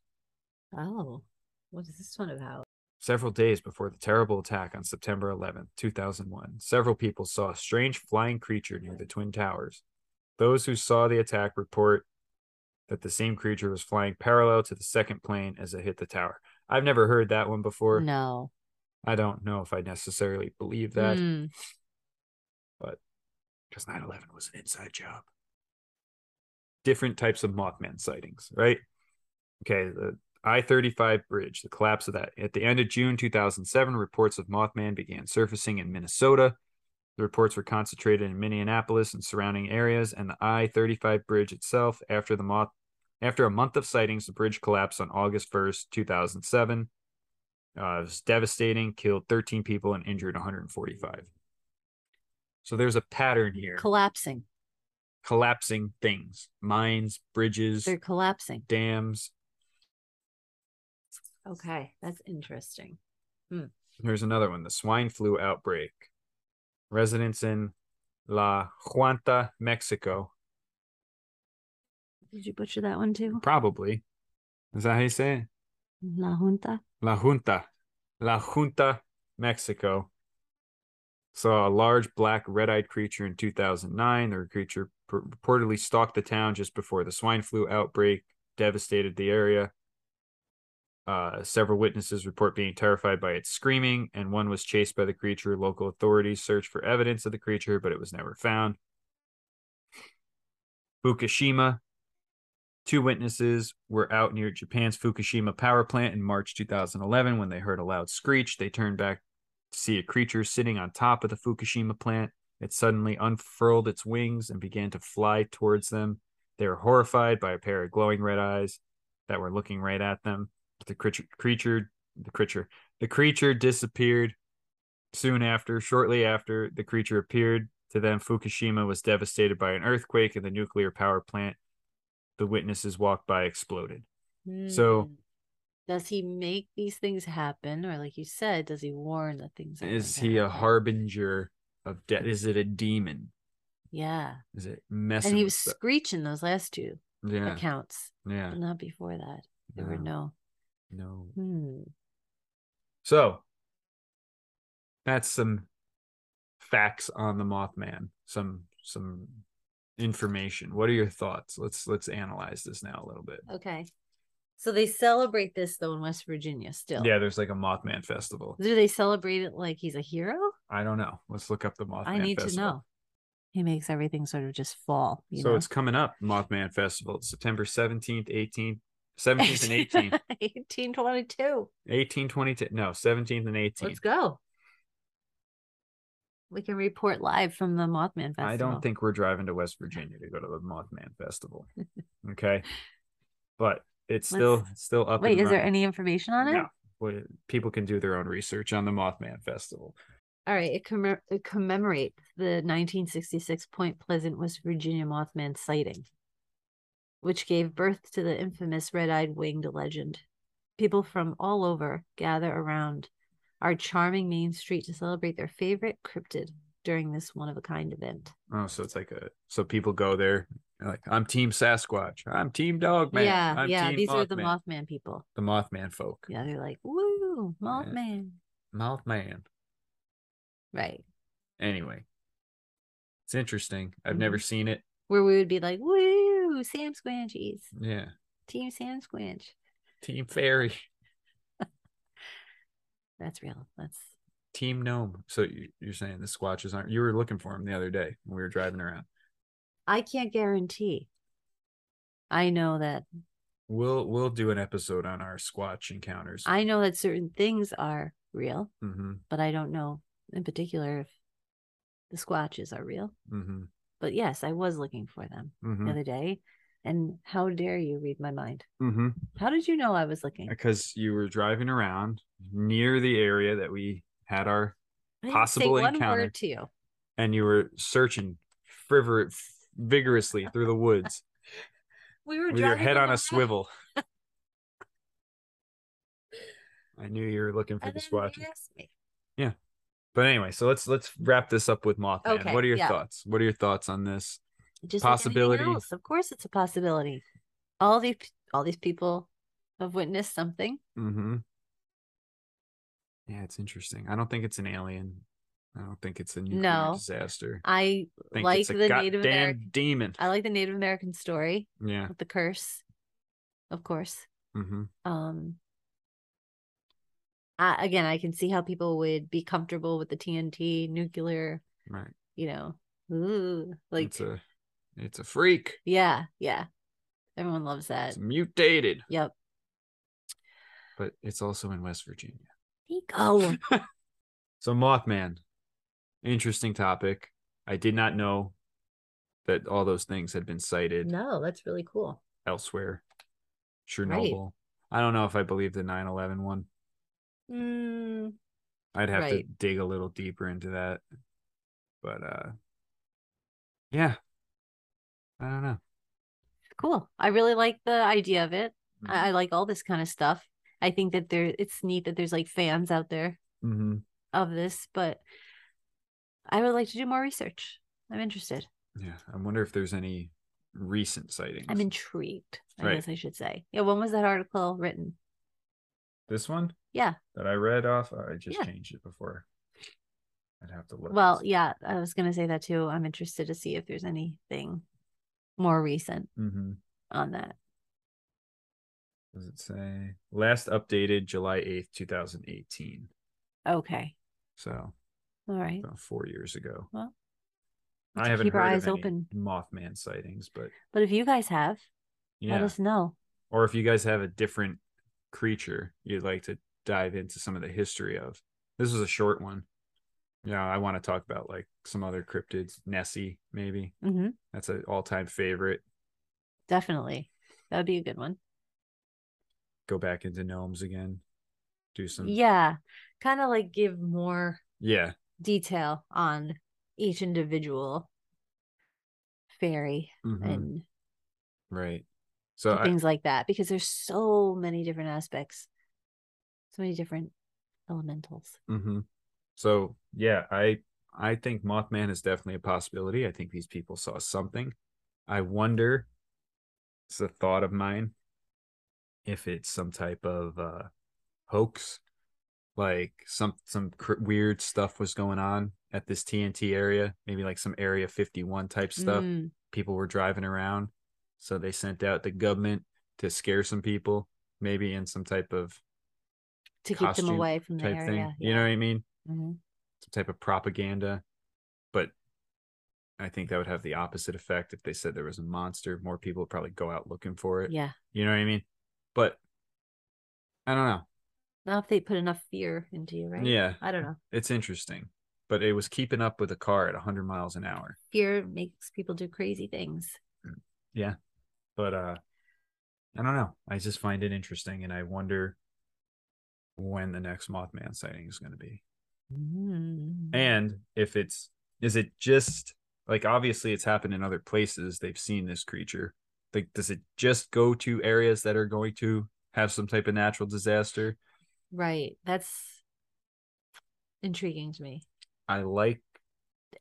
Speaker 2: oh, what is this one about?
Speaker 1: Several days before the terrible attack on September 11, 2001, several people saw a strange flying creature near the Twin Towers. Those who saw the attack report that the same creature was flying parallel to the second plane as it hit the tower. I've never heard that one before.
Speaker 2: no,
Speaker 1: I don't know if I necessarily believe that
Speaker 2: Hmm.
Speaker 1: because 9 11 was an inside job. Different types of Mothman sightings, right? Okay, the I 35 bridge, the collapse of that. At the end of June 2007, reports of Mothman began surfacing in Minnesota. The reports were concentrated in Minneapolis and surrounding areas, and the I 35 bridge itself. After the moth, after a month of sightings, the bridge collapsed on August 1st, 2007. Uh, it was devastating, killed 13 people and injured 145. So there's a pattern here
Speaker 2: collapsing.
Speaker 1: collapsing things mines bridges
Speaker 2: They're collapsing.
Speaker 1: dams
Speaker 2: Okay, that's interesting.
Speaker 1: here's another one the swine flu outbreak residents in la Juanta, mexico
Speaker 2: Did you butcher that one too?
Speaker 1: probably is that how you say it
Speaker 2: La Junta.
Speaker 1: La Junta, La Junta, Mexico, saw a large black red eyed creature in 2009. The creature pur- reportedly stalked the town just before the swine flu outbreak devastated the area. Uh, several witnesses report being terrified by its screaming, and one was chased by the creature. Local authorities searched for evidence of the creature, but it was never found. Fukushima, Two witnesses were out near Japan's Fukushima power plant in March 2011 when they heard a loud screech. They turned back to see a creature sitting on top of the Fukushima plant. It suddenly unfurled its wings and began to fly towards them. They were horrified by a pair of glowing red eyes that were looking right at them. The creature, creature, the creature, the creature disappeared. Soon after, shortly after, the creature appeared to them. Fukushima was devastated by an earthquake, and the nuclear power plant the witnesses walked by exploded. So-
Speaker 2: Hmm. Mm. Does he make these things happen? Or like you said, does he warn that things are
Speaker 1: Is
Speaker 2: going to
Speaker 1: he a
Speaker 2: happen?
Speaker 1: harbinger of death? Is it a demon?
Speaker 2: Yeah.
Speaker 1: Is it messing?
Speaker 2: And he
Speaker 1: with
Speaker 2: was
Speaker 1: stuff?
Speaker 2: screeching those last two
Speaker 1: yeah,
Speaker 2: accounts,
Speaker 1: yeah.
Speaker 2: but not before that. There were
Speaker 1: no,
Speaker 2: no.
Speaker 1: no.
Speaker 2: Hmm.
Speaker 1: So that's some facts on the Mothman. Some some information. What are your thoughts? Let's let's analyze this now a little bit.
Speaker 2: Okay. So they celebrate this though in West Virginia still.
Speaker 1: Yeah, there's like a Mothman festival.
Speaker 2: Do they celebrate it like he's a hero?
Speaker 1: I don't know. Let's look up the Mothman.
Speaker 2: I need to
Speaker 1: festival.
Speaker 2: know. He makes everything sort of just fall. You
Speaker 1: so
Speaker 2: know?
Speaker 1: it's coming up, Mothman Festival, It's September 17th, 18th, 17th and
Speaker 2: [laughs]
Speaker 1: 18th,
Speaker 2: 1822.
Speaker 1: 18, 20, no, 17th and 18th.
Speaker 2: Let's go. We can report live from the Mothman Festival.
Speaker 1: I don't think we're driving to West Virginia to go to the Mothman
Speaker 2: [laughs]
Speaker 1: Festival. Okay. but it's
Speaker 2: Let's-
Speaker 1: still it's still up.
Speaker 2: Wait,
Speaker 1: and
Speaker 2: is there
Speaker 1: running.
Speaker 2: any information on it?
Speaker 1: No. Well, people can do their own research on the Mothman Festival.
Speaker 2: All right, it, commem- it commemorates the 1966 Point Pleasant, West Virginia Mothman sighting, which gave birth to the infamous red eyed winged legend. People from all over gather around our charming main street to celebrate their favorite cryptid during this one of a kind event.
Speaker 1: Oh, so it's like a so people go there like I'm Team Sasquatch. I'm Team Dogman.
Speaker 2: yeah,
Speaker 1: I'm
Speaker 2: yeah,
Speaker 1: Team
Speaker 2: these are the
Speaker 1: Mothman."
Speaker 2: Mothman people.
Speaker 1: the Mothman folk.
Speaker 2: Yeah, they're like, woo, Mothman.
Speaker 1: Mothman.
Speaker 2: Right.
Speaker 1: Anyway, it's interesting.
Speaker 2: Mm-hmm.
Speaker 1: I've never seen it.
Speaker 2: Where we would be like, woo, Sam Squanchies,
Speaker 1: Yeah.
Speaker 2: Team Sam Squanch.
Speaker 1: Team Fairy,
Speaker 2: That's real. That's
Speaker 1: Team Gnome. So you- you're saying the Squatches aren't, you were looking for them the other day when we were driving around.
Speaker 2: I can't guarantee. I know that
Speaker 1: We'll we'll do an episode on our Squatch encounters.
Speaker 2: I know that certain things are real,
Speaker 1: mm-hmm,
Speaker 2: but I don't know in particular if the squatches are real.
Speaker 1: mm-hmm,
Speaker 2: But yes, I was looking for them
Speaker 1: mm-hmm,
Speaker 2: the other day. And how dare you read my mind?
Speaker 1: mm-hmm.
Speaker 2: How did you know I was looking?
Speaker 1: Because you were driving around near the area that we had our,
Speaker 2: I didn't
Speaker 1: possible
Speaker 2: say one
Speaker 1: encounter.
Speaker 2: word to you.
Speaker 1: and you were searching frivor- vigorously through the
Speaker 2: [laughs]
Speaker 1: woods
Speaker 2: We were
Speaker 1: with your
Speaker 2: driving
Speaker 1: head on a
Speaker 2: around, [laughs]
Speaker 1: swivel. I knew you were looking for
Speaker 2: and
Speaker 1: the
Speaker 2: then you
Speaker 1: Squatches.
Speaker 2: asked me.
Speaker 1: But anyway, so let's let's wrap this up with Mothman.
Speaker 2: Okay,
Speaker 1: what are your
Speaker 2: yeah.
Speaker 1: thoughts? What are your thoughts on this?
Speaker 2: Just like anything
Speaker 1: Possibility.
Speaker 2: else. Of course, it's a possibility. All these all these people have witnessed something.
Speaker 1: Mm-hmm. Yeah, it's interesting. I don't think it's an alien. I don't think it's a nuclear
Speaker 2: No.
Speaker 1: disaster.
Speaker 2: I
Speaker 1: I think
Speaker 2: like
Speaker 1: it's a
Speaker 2: the
Speaker 1: goddamn
Speaker 2: Native American
Speaker 1: demon.
Speaker 2: I like the Native American story
Speaker 1: Yeah.
Speaker 2: with the curse, of course.
Speaker 1: Mm-hmm.
Speaker 2: Um, I, again, I can see how people would be comfortable with the TNT nuclear,
Speaker 1: Right.
Speaker 2: you know, ooh, like,
Speaker 1: it's a it's a freak.
Speaker 2: yeah, yeah. Everyone loves that.
Speaker 1: It's mutated.
Speaker 2: Yep.
Speaker 1: But it's also in West Virginia. [laughs]
Speaker 2: Oh,
Speaker 1: So Mothman. Interesting topic. I did not know that all those things had been cited.
Speaker 2: no, that's really cool.
Speaker 1: elsewhere. Chernobyl. I don't know if I believe the 9/11 one.
Speaker 2: Mm,
Speaker 1: I'd have to
Speaker 2: Right.
Speaker 1: dig a little deeper into that. But uh yeah. I don't know.
Speaker 2: cool. I really like the idea of it. I, I like all this kind of stuff. I think that there, it's neat that there's like fans out there
Speaker 1: Mm-hmm.
Speaker 2: of this, but I would like to do more research. I'm interested.
Speaker 1: Yeah. I wonder if there's any recent sightings.
Speaker 2: I'm intrigued. I
Speaker 1: Right.
Speaker 2: guess I should say. Yeah, when was that article written?
Speaker 1: this one?
Speaker 2: Yeah.
Speaker 1: That I read off. Oh, I just
Speaker 2: Yeah.
Speaker 1: changed it before. I'd have to look.
Speaker 2: Well, yeah, I was gonna say that too. I'm interested to see if there's anything more recent
Speaker 1: mm-hmm.
Speaker 2: on that.
Speaker 1: does it say last updated July 8th, 2018?
Speaker 2: Okay.
Speaker 1: So
Speaker 2: All right.
Speaker 1: about four years ago.
Speaker 2: Well,
Speaker 1: I haven't
Speaker 2: keep our
Speaker 1: heard
Speaker 2: eyes
Speaker 1: of any
Speaker 2: open.
Speaker 1: Mothman sightings, but
Speaker 2: But if you guys have,
Speaker 1: yeah.
Speaker 2: let us know.
Speaker 1: Or if you guys have a different creature you'd like to dive into some of the history of, this was a short one. Yeah, I want to talk about like some other cryptids, Nessie maybe.
Speaker 2: hmm
Speaker 1: That's an all-time favorite.
Speaker 2: Definitely. That would be a good one.
Speaker 1: Go back into gnomes again. Do some yeah,
Speaker 2: Yeah. Kind of like give more
Speaker 1: yeah,
Speaker 2: detail on each individual fairy
Speaker 1: mhm,
Speaker 2: and
Speaker 1: right. So I,
Speaker 2: things like that because there's so many different aspects so many different elementals.
Speaker 1: Mm-hmm. So yeah, I I think Mothman is definitely a possibility. I think these people saw something. I wonder. It's a thought of mine. If it's some type of uh, hoax, like some some cr- weird stuff was going on at this TNT area, maybe like some Area Fifty One type stuff.
Speaker 2: Mm,
Speaker 1: People were driving around, so they sent out the government to scare some people, maybe in some type of
Speaker 2: to keep them
Speaker 1: costume
Speaker 2: away from the
Speaker 1: type
Speaker 2: area.
Speaker 1: thing. You know what I mean?
Speaker 2: hmm
Speaker 1: some type of propaganda. But I think that would have the opposite effect if they said there was a monster. More people would probably go out looking for it.
Speaker 2: Yeah.
Speaker 1: You know what I mean? But I don't know.
Speaker 2: Now if they put enough fear into you, right?
Speaker 1: Yeah,
Speaker 2: I don't know.
Speaker 1: it's interesting. But it was keeping up with a car at 100 miles an hour.
Speaker 2: Fear makes people do crazy things.
Speaker 1: But uh I don't know. I just find it interesting and I wonder when the next Mothman sighting is going to be.
Speaker 2: Mm.
Speaker 1: And if it's is it just like obviously it's happened in other places they've seen this creature. Like does it just go to areas that are going to have some type of natural disaster?
Speaker 2: Right. That's intriguing to me.
Speaker 1: I like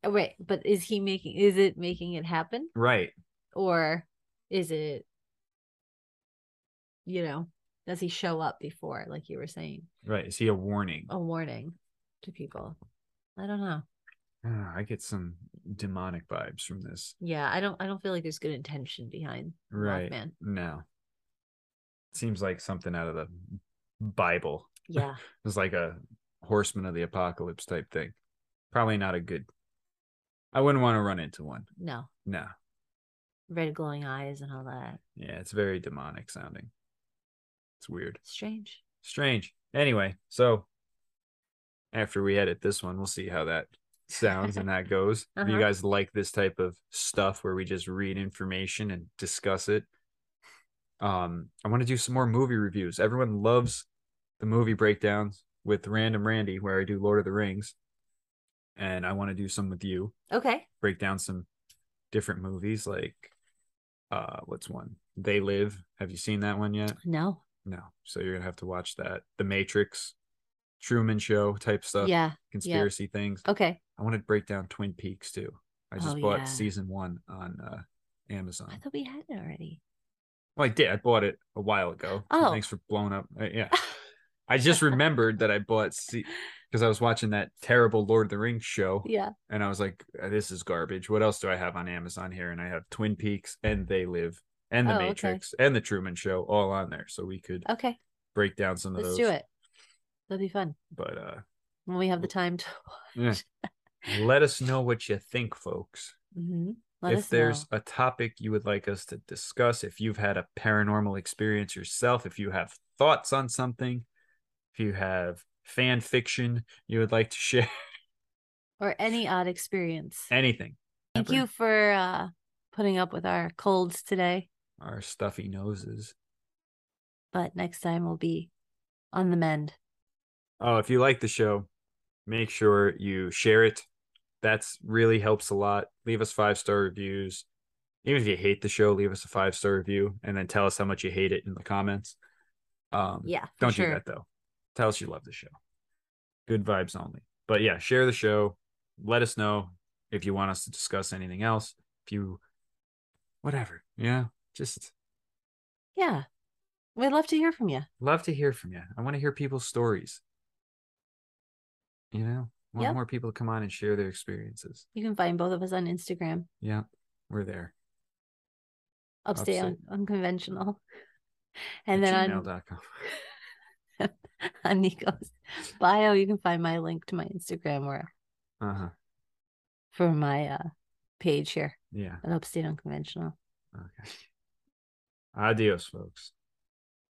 Speaker 2: Oh, Wait, but is he making is it making it happen?
Speaker 1: right.
Speaker 2: Or is it you know, does he show up before, like you were saying,
Speaker 1: Right. Is he a warning?
Speaker 2: a warning to people? I don't know.
Speaker 1: Ah, I get some demonic vibes from this.
Speaker 2: Yeah, I don't I don't feel like there's good intention behind
Speaker 1: Right.
Speaker 2: Mothman.
Speaker 1: No. Seems like something out of the Bible. [laughs]
Speaker 2: Yeah.
Speaker 1: It's like a horseman of the apocalypse type thing. Probably not a good I wouldn't want to run into one.
Speaker 2: No.
Speaker 1: No.
Speaker 2: Red glowing eyes and all that.
Speaker 1: Yeah, it's very demonic sounding. It's weird.
Speaker 2: Strange.
Speaker 1: Strange. Anyway, so after we edit this one, we'll see how that sounds and that goes. If
Speaker 2: Uh-huh.
Speaker 1: you guys like this type of stuff where we just read information and discuss it, um, I want to do some more movie reviews. Everyone loves the movie breakdowns with Random Randy, where I do Lord of the Rings, and I want to do some with you
Speaker 2: Okay.
Speaker 1: break down some different movies like uh what's one they live have you seen that one yet
Speaker 2: No.
Speaker 1: no so you're gonna have to watch that the matrix truman show type stuff
Speaker 2: yeah.
Speaker 1: conspiracy things
Speaker 2: Okay.
Speaker 1: i want to break down twin peaks too i just
Speaker 2: Oh,
Speaker 1: bought
Speaker 2: yeah.
Speaker 1: season one on uh amazon
Speaker 2: I thought we had it already.
Speaker 1: well i did i bought it a while ago so
Speaker 2: Oh.
Speaker 1: thanks for blowing up Uh,
Speaker 2: [laughs]
Speaker 1: yeah i just remembered that i bought because i was watching that terrible lord of the rings show
Speaker 2: yeah.
Speaker 1: and I was like, "Uh, "This is garbage. What else do I have on Amazon here?" And I have Twin Peaks and They Live and The
Speaker 2: Oh, okay.
Speaker 1: Matrix and The Truman Show all on there, so we could
Speaker 2: Okay.
Speaker 1: break down some of those.
Speaker 2: Let's do it. That'll be fun
Speaker 1: But uh,
Speaker 2: when we have the time to. [laughs]
Speaker 1: yeah. let us know what you think, folks.
Speaker 2: hmm Let
Speaker 1: if
Speaker 2: us
Speaker 1: there's a topic you would like us to discuss, if you've had a paranormal experience yourself, if you have thoughts on something, if you have fan fiction you would like to share, [laughs]
Speaker 2: know, or any odd experience.
Speaker 1: anything.
Speaker 2: Thank
Speaker 1: Remember,
Speaker 2: you for uh, putting up with our colds today,
Speaker 1: Our stuffy noses.
Speaker 2: but next time we'll be on the mend.
Speaker 1: Oh, if you like the show, make sure you share it. That's really helps a lot. Leave us five star reviews. Even if you hate the show, leave us a five star review and then tell us how much you hate it in the comments. Um,
Speaker 2: Yeah. for
Speaker 1: don't
Speaker 2: sure.
Speaker 1: do that though. Tell us you love the show. Good vibes only. But yeah, share the show. Let us know if you want us to discuss anything else. If you, whatever. Yeah, just
Speaker 2: Yeah. We'd love to hear from you.
Speaker 1: love to hear from you. I want to hear people's stories. You know, want
Speaker 2: Yep.
Speaker 1: more people to come on and share their experiences.
Speaker 2: You can find both of us on Instagram,
Speaker 1: Yeah, we're there.
Speaker 2: Upstate
Speaker 1: Upstate.
Speaker 2: Un- Unconventional. [laughs] And then on,
Speaker 1: [laughs] gmail.com.
Speaker 2: [laughs] on Nico's bio, you can find my link to my Instagram where
Speaker 1: Uh huh.
Speaker 2: for my uh, page here
Speaker 1: Yeah.
Speaker 2: at Upstate Unconventional.
Speaker 1: Okay. Adios, folks.